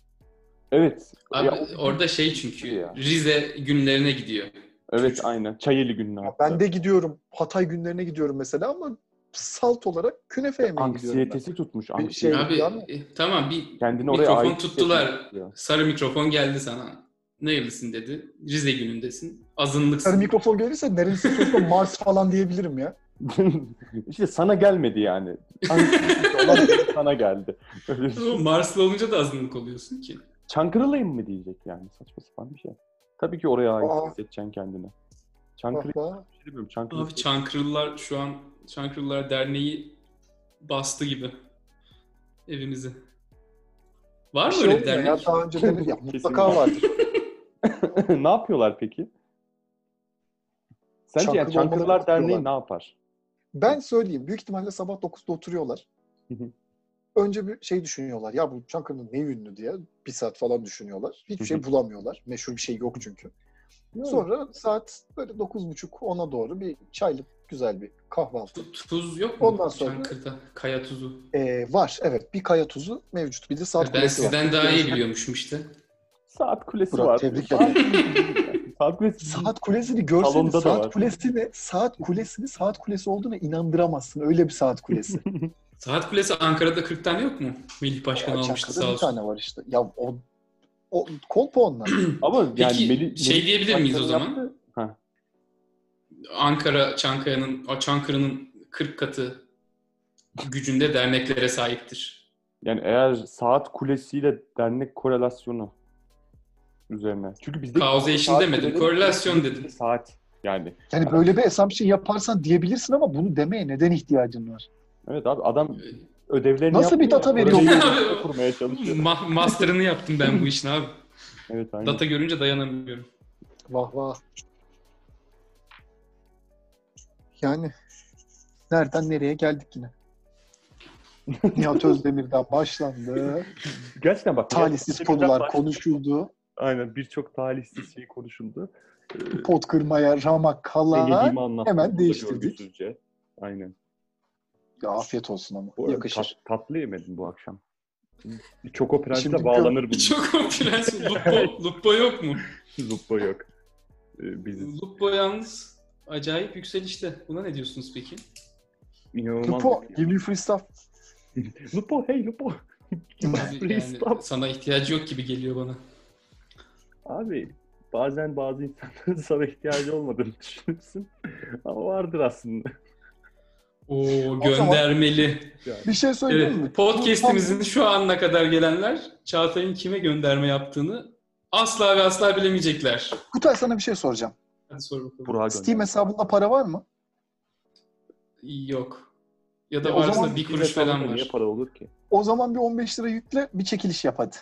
Speaker 2: Evet.
Speaker 3: Abi
Speaker 2: Ya, o-
Speaker 3: orada şey çünkü
Speaker 2: Ya.
Speaker 3: Rize günlerine gidiyor.
Speaker 2: Evet aynen. Çayeli günler.
Speaker 1: Ya Ben de gidiyorum Hatay günlerine gidiyorum mesela ama salt olarak künefe yemeye gidiyorum ben.
Speaker 2: Anksiyetesi tutmuş.
Speaker 1: Bir
Speaker 2: Anksiyete.
Speaker 1: şey-
Speaker 3: Abi
Speaker 1: yani-
Speaker 3: e, tamam bir
Speaker 2: Kendini oraya
Speaker 3: mikrofon
Speaker 2: ait
Speaker 3: tuttular.
Speaker 2: hissetmiyor.
Speaker 3: Sarı mikrofon geldi sana. Nerelisin dedi. Rize günündesin. Azınlıksın.
Speaker 1: Yani mikrofon gelirse neresi sonuçta Mars falan diyebilirim ya.
Speaker 2: işte sana gelmedi yani. Anksiyetesi olan sana geldi. Öyle bir-
Speaker 3: Oğlum, Marslı olunca da azınlık oluyorsun ki.
Speaker 2: Çankırılıyım mı diyecek yani saçma sapan bir şey. Tabii ki oraya ait
Speaker 1: Aa.
Speaker 2: hissedeceksin kendini.
Speaker 1: Bak
Speaker 2: Çankırı
Speaker 1: bak.
Speaker 2: bir şey demiyorum. Çankırı.
Speaker 3: Abi Çankırılılar şu an Çankırılılar Derneği bastı gibi evimizi. Var
Speaker 1: Bir
Speaker 3: mı
Speaker 1: şey
Speaker 3: öyle bir
Speaker 1: olmuyor
Speaker 3: dernek?
Speaker 1: ya, daha önce denedim. Ya,
Speaker 2: Kesin
Speaker 1: mutlaka
Speaker 2: var.
Speaker 1: vardır.
Speaker 2: ne yapıyorlar peki? Sence
Speaker 1: Çankırı
Speaker 2: yani Çankırılar
Speaker 1: olmadan
Speaker 2: Derneği
Speaker 1: tutuyorlar.
Speaker 2: ne yapar?
Speaker 1: Ben söyleyeyim. Büyük ihtimalle sabah 9'da oturuyorlar.
Speaker 2: Hı hı.
Speaker 1: Önce bir şey düşünüyorlar. Ya bu Çankırı'nın ne ünlü diye. Bir saat falan düşünüyorlar. Hiçbir
Speaker 2: Hı
Speaker 1: şey bulamıyorlar. Meşhur bir şey yok çünkü. Sonra saat böyle 9.30 10'a doğru bir çaylık güzel bir kahvaltı.
Speaker 3: Tu- Tuz yok mu
Speaker 1: Ondan sonra-
Speaker 3: Çankırı'da? Kaya tuzu.
Speaker 1: Ee, var evet bir kaya tuzu mevcut. Bir de saat
Speaker 3: ben
Speaker 1: kulesi var.
Speaker 3: sizden daha iyi biliyormuşum işte.
Speaker 2: Saat kulesi
Speaker 1: Burak,
Speaker 2: var.
Speaker 1: tebrik
Speaker 2: Saat kulesi.
Speaker 1: Saat kulesini görseniz
Speaker 2: Salonda da
Speaker 1: saat
Speaker 2: var.
Speaker 1: kulesini saat kulesini saat kulesi olduğuna inandıramazsın. Öyle bir saat kulesi.
Speaker 3: Saat Kulesi Ankara'da 40 tane yok mu? Melih Başkan almıştı
Speaker 1: Çankırı'da
Speaker 3: sağ
Speaker 1: bir
Speaker 3: olsun.
Speaker 1: tane var işte. Ya o o kolpa onlar.
Speaker 2: Ama yani
Speaker 3: Peki
Speaker 2: Melih-
Speaker 3: şey
Speaker 2: Melih
Speaker 3: diyebilir miyiz o
Speaker 2: Başkan'ın
Speaker 3: zaman?
Speaker 2: yaptığı- Ha.
Speaker 3: Ankara, Çankaya'nın, o Çankırı'nın 40 katı gücünde derneklere sahiptir.
Speaker 2: Yani eğer saat kulesiyle dernek korelasyonu üzerine. Çünkü bizde
Speaker 3: Causation
Speaker 2: saat
Speaker 3: demedim,
Speaker 2: kuleleri-
Speaker 3: korelasyon dedim.
Speaker 2: Saat yani.
Speaker 1: Yani böyle bir assumption yaparsan diyebilirsin ama bunu demeye neden ihtiyacın var?
Speaker 2: Evet abi adam ödevlerini
Speaker 1: Nasıl bir
Speaker 2: yapmıyor,
Speaker 1: data veriyor
Speaker 2: orayı
Speaker 3: bu?
Speaker 2: kurmaya çalışıyor.
Speaker 3: Ma- master'ını yaptım ben bu işin abi.
Speaker 2: Evet aynen.
Speaker 3: Data görünce dayanamıyorum.
Speaker 1: Vah vah. Yani nereden nereye geldik yine? Nihat Özdemir'den başlandı.
Speaker 2: Gerçekten bak.
Speaker 1: Talihsiz
Speaker 2: gerçekten
Speaker 1: konular
Speaker 2: bak-
Speaker 1: konuşuldu.
Speaker 2: Aynen birçok talihsiz şey konuşuldu. Ee,
Speaker 1: Pot kırmaya ramak kala.
Speaker 2: denediğimi anlattım.
Speaker 1: hemen
Speaker 2: Burada
Speaker 1: değiştirdik.
Speaker 2: görgüsüzce. Aynen.
Speaker 1: Ya afiyet olsun ama.
Speaker 2: Bu arada
Speaker 1: Yakışır.
Speaker 2: tat- tatlı yemedim bu akşam. Bir Çoko
Speaker 1: Şimdi
Speaker 2: Prens'e
Speaker 1: gör-
Speaker 2: bağlanır bu.
Speaker 3: Çok o prens. Lupo, Lupo yok mu?
Speaker 2: Zuppa yok. Ee, Biziz.
Speaker 3: Lupo yalnız acayip yükselişte. Buna ne diyorsunuz peki?
Speaker 2: İnanılmaz.
Speaker 1: Lupo, give me free stuff.
Speaker 2: Lupo, hey Lupo.
Speaker 3: Abi
Speaker 2: Please
Speaker 3: yani
Speaker 2: stop.
Speaker 3: sana ihtiyacı yok gibi geliyor bana.
Speaker 2: Abi Bazen bazı insanların sana ihtiyacı olmadığını düşünürsün. Ama vardır aslında.
Speaker 3: Oo göndermeli.
Speaker 1: Bir şey söyleyeyim mi?
Speaker 3: Evet, podcast'imizin şu ana kadar gelenler Çağatay'ın kime gönderme yaptığını asla ve asla bilemeyecekler.
Speaker 1: Kutay sana bir şey soracağım.
Speaker 3: Hadi sor bakalım.
Speaker 2: Burak'a
Speaker 1: Steam
Speaker 2: gönder.
Speaker 1: hesabında para var mı?
Speaker 3: Yok. Ya
Speaker 2: E,
Speaker 3: da
Speaker 2: o
Speaker 3: varsa
Speaker 1: zaman
Speaker 3: bir
Speaker 2: Steam
Speaker 3: kuruş falan
Speaker 2: hesabında Niye
Speaker 3: var.
Speaker 2: para olur ki?
Speaker 1: O zaman bir 15 lira yükle, bir çekiliş yap hadi.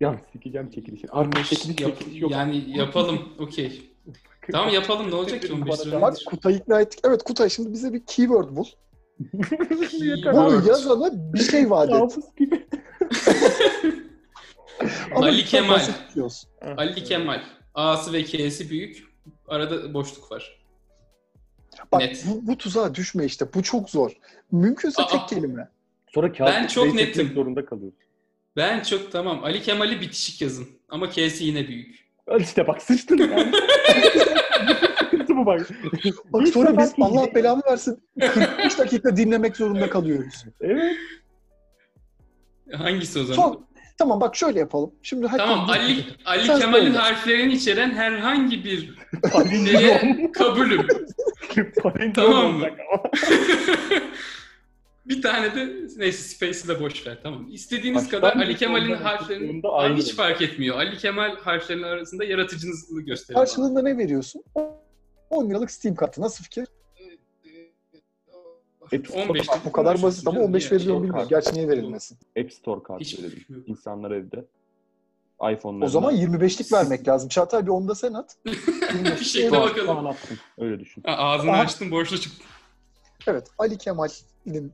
Speaker 2: Yalnız sikeceğim çekilişi. Artık çekiliş,
Speaker 3: Yap-
Speaker 2: çekiliş yok.
Speaker 3: yani yapalım. Okey. Tamam yapalım. Ne olacak ki 15 lira?
Speaker 1: Bak Kutay'ı ikna ettik. Evet Kutay şimdi bize bir keyword bul.
Speaker 3: Keyword.
Speaker 1: Bunu yazana bir şey vaat et.
Speaker 2: Kabus gibi.
Speaker 1: Ama
Speaker 3: Ali
Speaker 1: çok
Speaker 3: Kemal.
Speaker 1: basit diyorsun.
Speaker 3: Ali Kemal. A'sı ve K'si büyük. Arada boşluk var.
Speaker 1: Bak
Speaker 3: Net.
Speaker 1: bu, bu tuzağa düşme işte. Bu çok zor. Mümkünse
Speaker 3: Aa.
Speaker 1: tek kelime.
Speaker 2: Sonra kağıt
Speaker 3: Ben çok
Speaker 2: üretmek
Speaker 3: netim.
Speaker 2: zorunda kalıyorsun.
Speaker 3: Ben çok tamam. Ali Kemal'i bitişik yazın. Ama K'si yine büyük.
Speaker 2: Al işte bak sıçtın. Yani. Sıkıntı bu bak.
Speaker 1: Bak
Speaker 2: Bir
Speaker 1: sonra biz
Speaker 2: sefer-
Speaker 1: Allah belamı versin 43 dakika dinlemek zorunda kalıyoruz.
Speaker 2: Evet.
Speaker 3: Hangisi o zaman?
Speaker 1: Son, tamam bak şöyle yapalım. Şimdi hadi
Speaker 3: Tamam Ali Ali
Speaker 1: Sen
Speaker 3: Kemal'in
Speaker 1: söyle.
Speaker 3: harflerini içeren herhangi bir
Speaker 2: Palindrom.
Speaker 3: şeye kabulüm.
Speaker 2: Palindrom
Speaker 3: Tamam mı?
Speaker 2: olacak ama.
Speaker 3: bir tane de neyse Space'i de boş ver tamam. İstediğiniz
Speaker 2: Baştan
Speaker 3: kadar Ali
Speaker 2: bir
Speaker 3: Kemal'in
Speaker 2: sonuna
Speaker 3: harflerini
Speaker 2: baktığında
Speaker 3: abi
Speaker 2: aynı.
Speaker 3: hiç fark etmiyor. Ali Kemal harflerinin arasında yaratıcınızı gösterin. bana.
Speaker 1: karşılığında ne veriyorsun? 10 liralık Steam kartı. Nasıl fikir?
Speaker 2: E, tut-
Speaker 3: 15
Speaker 1: Bak, bu kadar basit ama 15
Speaker 3: veriyor
Speaker 1: veriliyor bilmiyorum. Gerçi niye verilmesin?
Speaker 2: App Store kartı
Speaker 3: Hiçbir
Speaker 2: verelim.
Speaker 3: şey yok.
Speaker 2: İnsanlar evde. iPhone'larına.
Speaker 1: O zaman 25'lik vermek lazım. Çağatay bir onda sen at.
Speaker 3: Bir şey şekle
Speaker 2: Şu an-
Speaker 3: bakalım.
Speaker 2: şu an attım. Öyle düşün.
Speaker 3: Ha, ağzını
Speaker 1: Aha.
Speaker 3: açtın boşlu çıktı.
Speaker 1: Evet Ali Kemal'in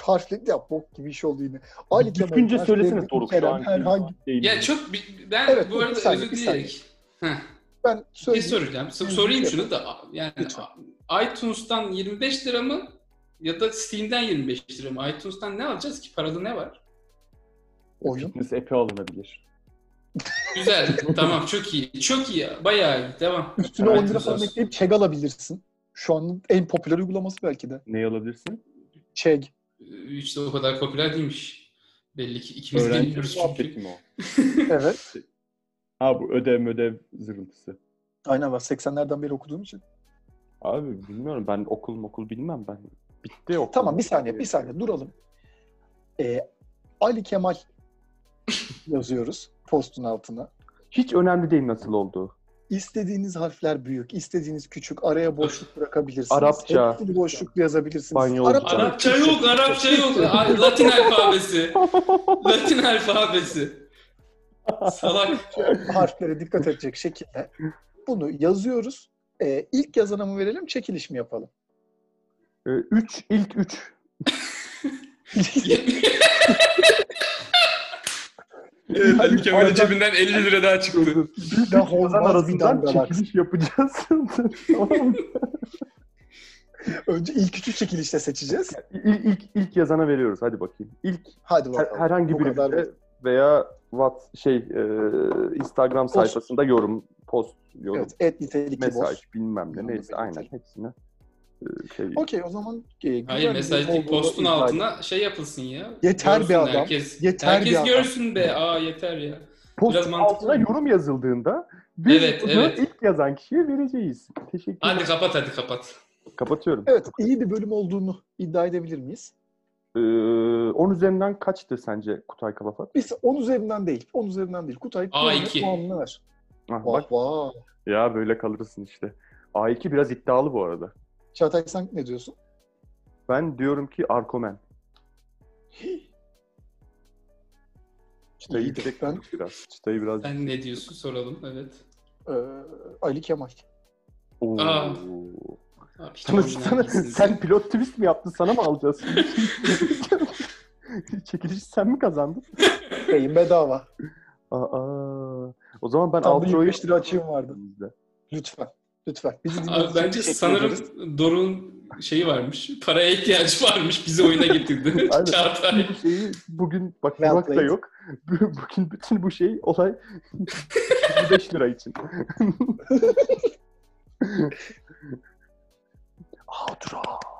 Speaker 1: harfleri ya bok gibi iş oldu yine. Ali Kemal'in
Speaker 2: Düzgünce
Speaker 1: harflerini
Speaker 2: söylesene Doruk şu
Speaker 1: içeren
Speaker 2: an.
Speaker 1: herhangi
Speaker 2: Değil.
Speaker 3: Ya çok bi- ben
Speaker 1: Evet,
Speaker 3: bu
Speaker 1: bir
Speaker 3: arada
Speaker 1: saniye,
Speaker 3: özür
Speaker 1: bir saniye.
Speaker 3: dileyerek. Heh.
Speaker 1: ben
Speaker 3: Bir şey
Speaker 1: söyleyeyim.
Speaker 3: soracağım. S-
Speaker 1: Söyleyeyim.
Speaker 3: Sorayım
Speaker 1: Lütfen.
Speaker 3: şunu da yani
Speaker 1: Lütfen.
Speaker 3: a- iTunes'tan 25 lira mı ya da Steam'den 25 lira mı? iTunes'tan ne alacağız ki? Parada ne var?
Speaker 1: oyun.
Speaker 2: Fitness app'i alınabilir.
Speaker 3: Güzel. tamam çok iyi. Çok iyi. Bayağı iyi. Devam.
Speaker 1: Üstüne 10 lira
Speaker 3: iTunes'a.
Speaker 1: falan ekleyip çeg alabilirsin. Şu an en popüler uygulaması belki de.
Speaker 2: Ne alabilirsin?
Speaker 1: Çeg.
Speaker 3: Hiç de o kadar popüler değilmiş. Belli ki ikimiz
Speaker 2: Öğrenci
Speaker 3: bilmiyoruz çünkü.
Speaker 2: muhabbeti mi o?
Speaker 1: Evet.
Speaker 2: Ha bu ödev ödev zırıntısı.
Speaker 1: Aynen var. 80'lerden beri okuduğum için.
Speaker 2: Abi bilmiyorum ben okul okul bilmem ben. Bitti okul.
Speaker 1: Tamam bir saniye bir saniye duralım. Ee, Ali Kemal yazıyoruz postun altına.
Speaker 2: Hiç önemli değil nasıl olduğu.
Speaker 1: İstediğiniz harfler büyük, istediğiniz küçük. Araya boşluk bırakabilirsiniz.
Speaker 2: Arapça.
Speaker 1: Hepsini boşluk yazabilirsiniz.
Speaker 2: İspanyolca.
Speaker 3: Arapça yok, Arapça yok. A- Latin alfabesi. Latin alfabesi. Salak.
Speaker 1: harflere dikkat edecek şekilde bunu yazıyoruz. Ee, ilk yazana mı verelim, çekiliş mi yapalım?
Speaker 2: 3 Ee, ilk
Speaker 1: Ee,
Speaker 2: 3.
Speaker 3: evet,
Speaker 1: Ali
Speaker 2: Kemal'in
Speaker 3: cebinden 50 lira daha çıktı.
Speaker 1: Bir
Speaker 2: Kazan
Speaker 1: olmaz, bir
Speaker 2: arasından
Speaker 1: damga var.
Speaker 2: Ee, çekiliş yapacağız. tamam mı?
Speaker 1: Önce ilk üçü çekilişte seçeceğiz.
Speaker 2: İlk, ilk, ilk yazana veriyoruz hadi bakayım. İlk
Speaker 1: Hadi
Speaker 2: her-
Speaker 1: bakalım.
Speaker 2: herhangi
Speaker 1: Bu
Speaker 2: bir
Speaker 1: kadar
Speaker 2: bize veya What şey e, Instagram
Speaker 1: Post.
Speaker 2: sayfasında yorum, post, yorum,
Speaker 1: Evet, et nitelikli
Speaker 2: mesaj
Speaker 1: boz.
Speaker 2: bilmem ne
Speaker 1: Yorum,
Speaker 2: neyse
Speaker 1: mesaj.
Speaker 2: aynen hepsini e, şey
Speaker 1: Okey o zaman e, güzel
Speaker 3: Hayır
Speaker 1: bir
Speaker 3: mesaj değil
Speaker 1: olduğunu
Speaker 3: postun
Speaker 1: iddia
Speaker 3: altına şey yapılsın ya.
Speaker 1: Yeter be
Speaker 3: Görsün
Speaker 1: adam.
Speaker 3: Herkes,
Speaker 1: Yeter
Speaker 3: herkes
Speaker 1: be adam.
Speaker 3: görsün be. Aa yeter ya.
Speaker 2: Postun
Speaker 3: Biraz mantıklı
Speaker 2: altına
Speaker 3: oldu.
Speaker 2: yorum yazıldığında biz
Speaker 3: Evet,
Speaker 2: bunu
Speaker 3: evet.
Speaker 2: ilk yazan kişiye vereceğiz. Teşekkür
Speaker 3: Hadi kapat hadi kapat.
Speaker 2: Kapatıyorum.
Speaker 1: Evet, iyi bir bölüm olduğunu iddia edebilir miyiz?
Speaker 2: Ee, 10 üzerinden kaçtı sence Kutay Kalafat?
Speaker 1: Biz 10 üzerinden değil, 10 üzerinden değil. Kutay puanını,
Speaker 3: A2.
Speaker 1: puanını ver.
Speaker 2: Ah, bak
Speaker 1: Vah vah.
Speaker 2: ya böyle kalırsın işte. A2 biraz iddialı bu arada.
Speaker 1: Çağatay sen ne diyorsun?
Speaker 2: Ben diyorum ki Arkomen. Çıtayı
Speaker 1: İyi de
Speaker 2: yüksek
Speaker 1: ben-
Speaker 2: tut biraz. Çıtayı biraz.
Speaker 3: Sen ne diyorsun soralım evet.
Speaker 1: Ee, Ali Kemal.
Speaker 2: Oo.
Speaker 3: Aa. Abi, hiç
Speaker 2: Sana,
Speaker 3: orijinal
Speaker 2: sana-
Speaker 3: değilsiniz.
Speaker 2: sen pilot twist mi yaptın? Sana mı alacağız? Çekilişi sen mi kazandın?
Speaker 1: Beyin bedava.
Speaker 2: Aa. O zaman ben
Speaker 1: Tam da
Speaker 2: outro'yu
Speaker 1: 25 lira açığım vardı. Lütfen. Lütfen. Bizi dinlediğiniz
Speaker 3: Abi
Speaker 1: için
Speaker 3: bence
Speaker 1: teşekkür ederiz.
Speaker 3: sanırım Doruk'un şeyi varmış. Paraya ihtiyaç varmış. Bizi oyuna getirdi.
Speaker 2: Aynen.
Speaker 3: Çağatay.
Speaker 2: Bütün bu şeyi bugün bak
Speaker 1: Well
Speaker 2: Burak da
Speaker 1: played.
Speaker 2: yok. Bu- Bugün bütün bu şey olay 25 lira için. Outro.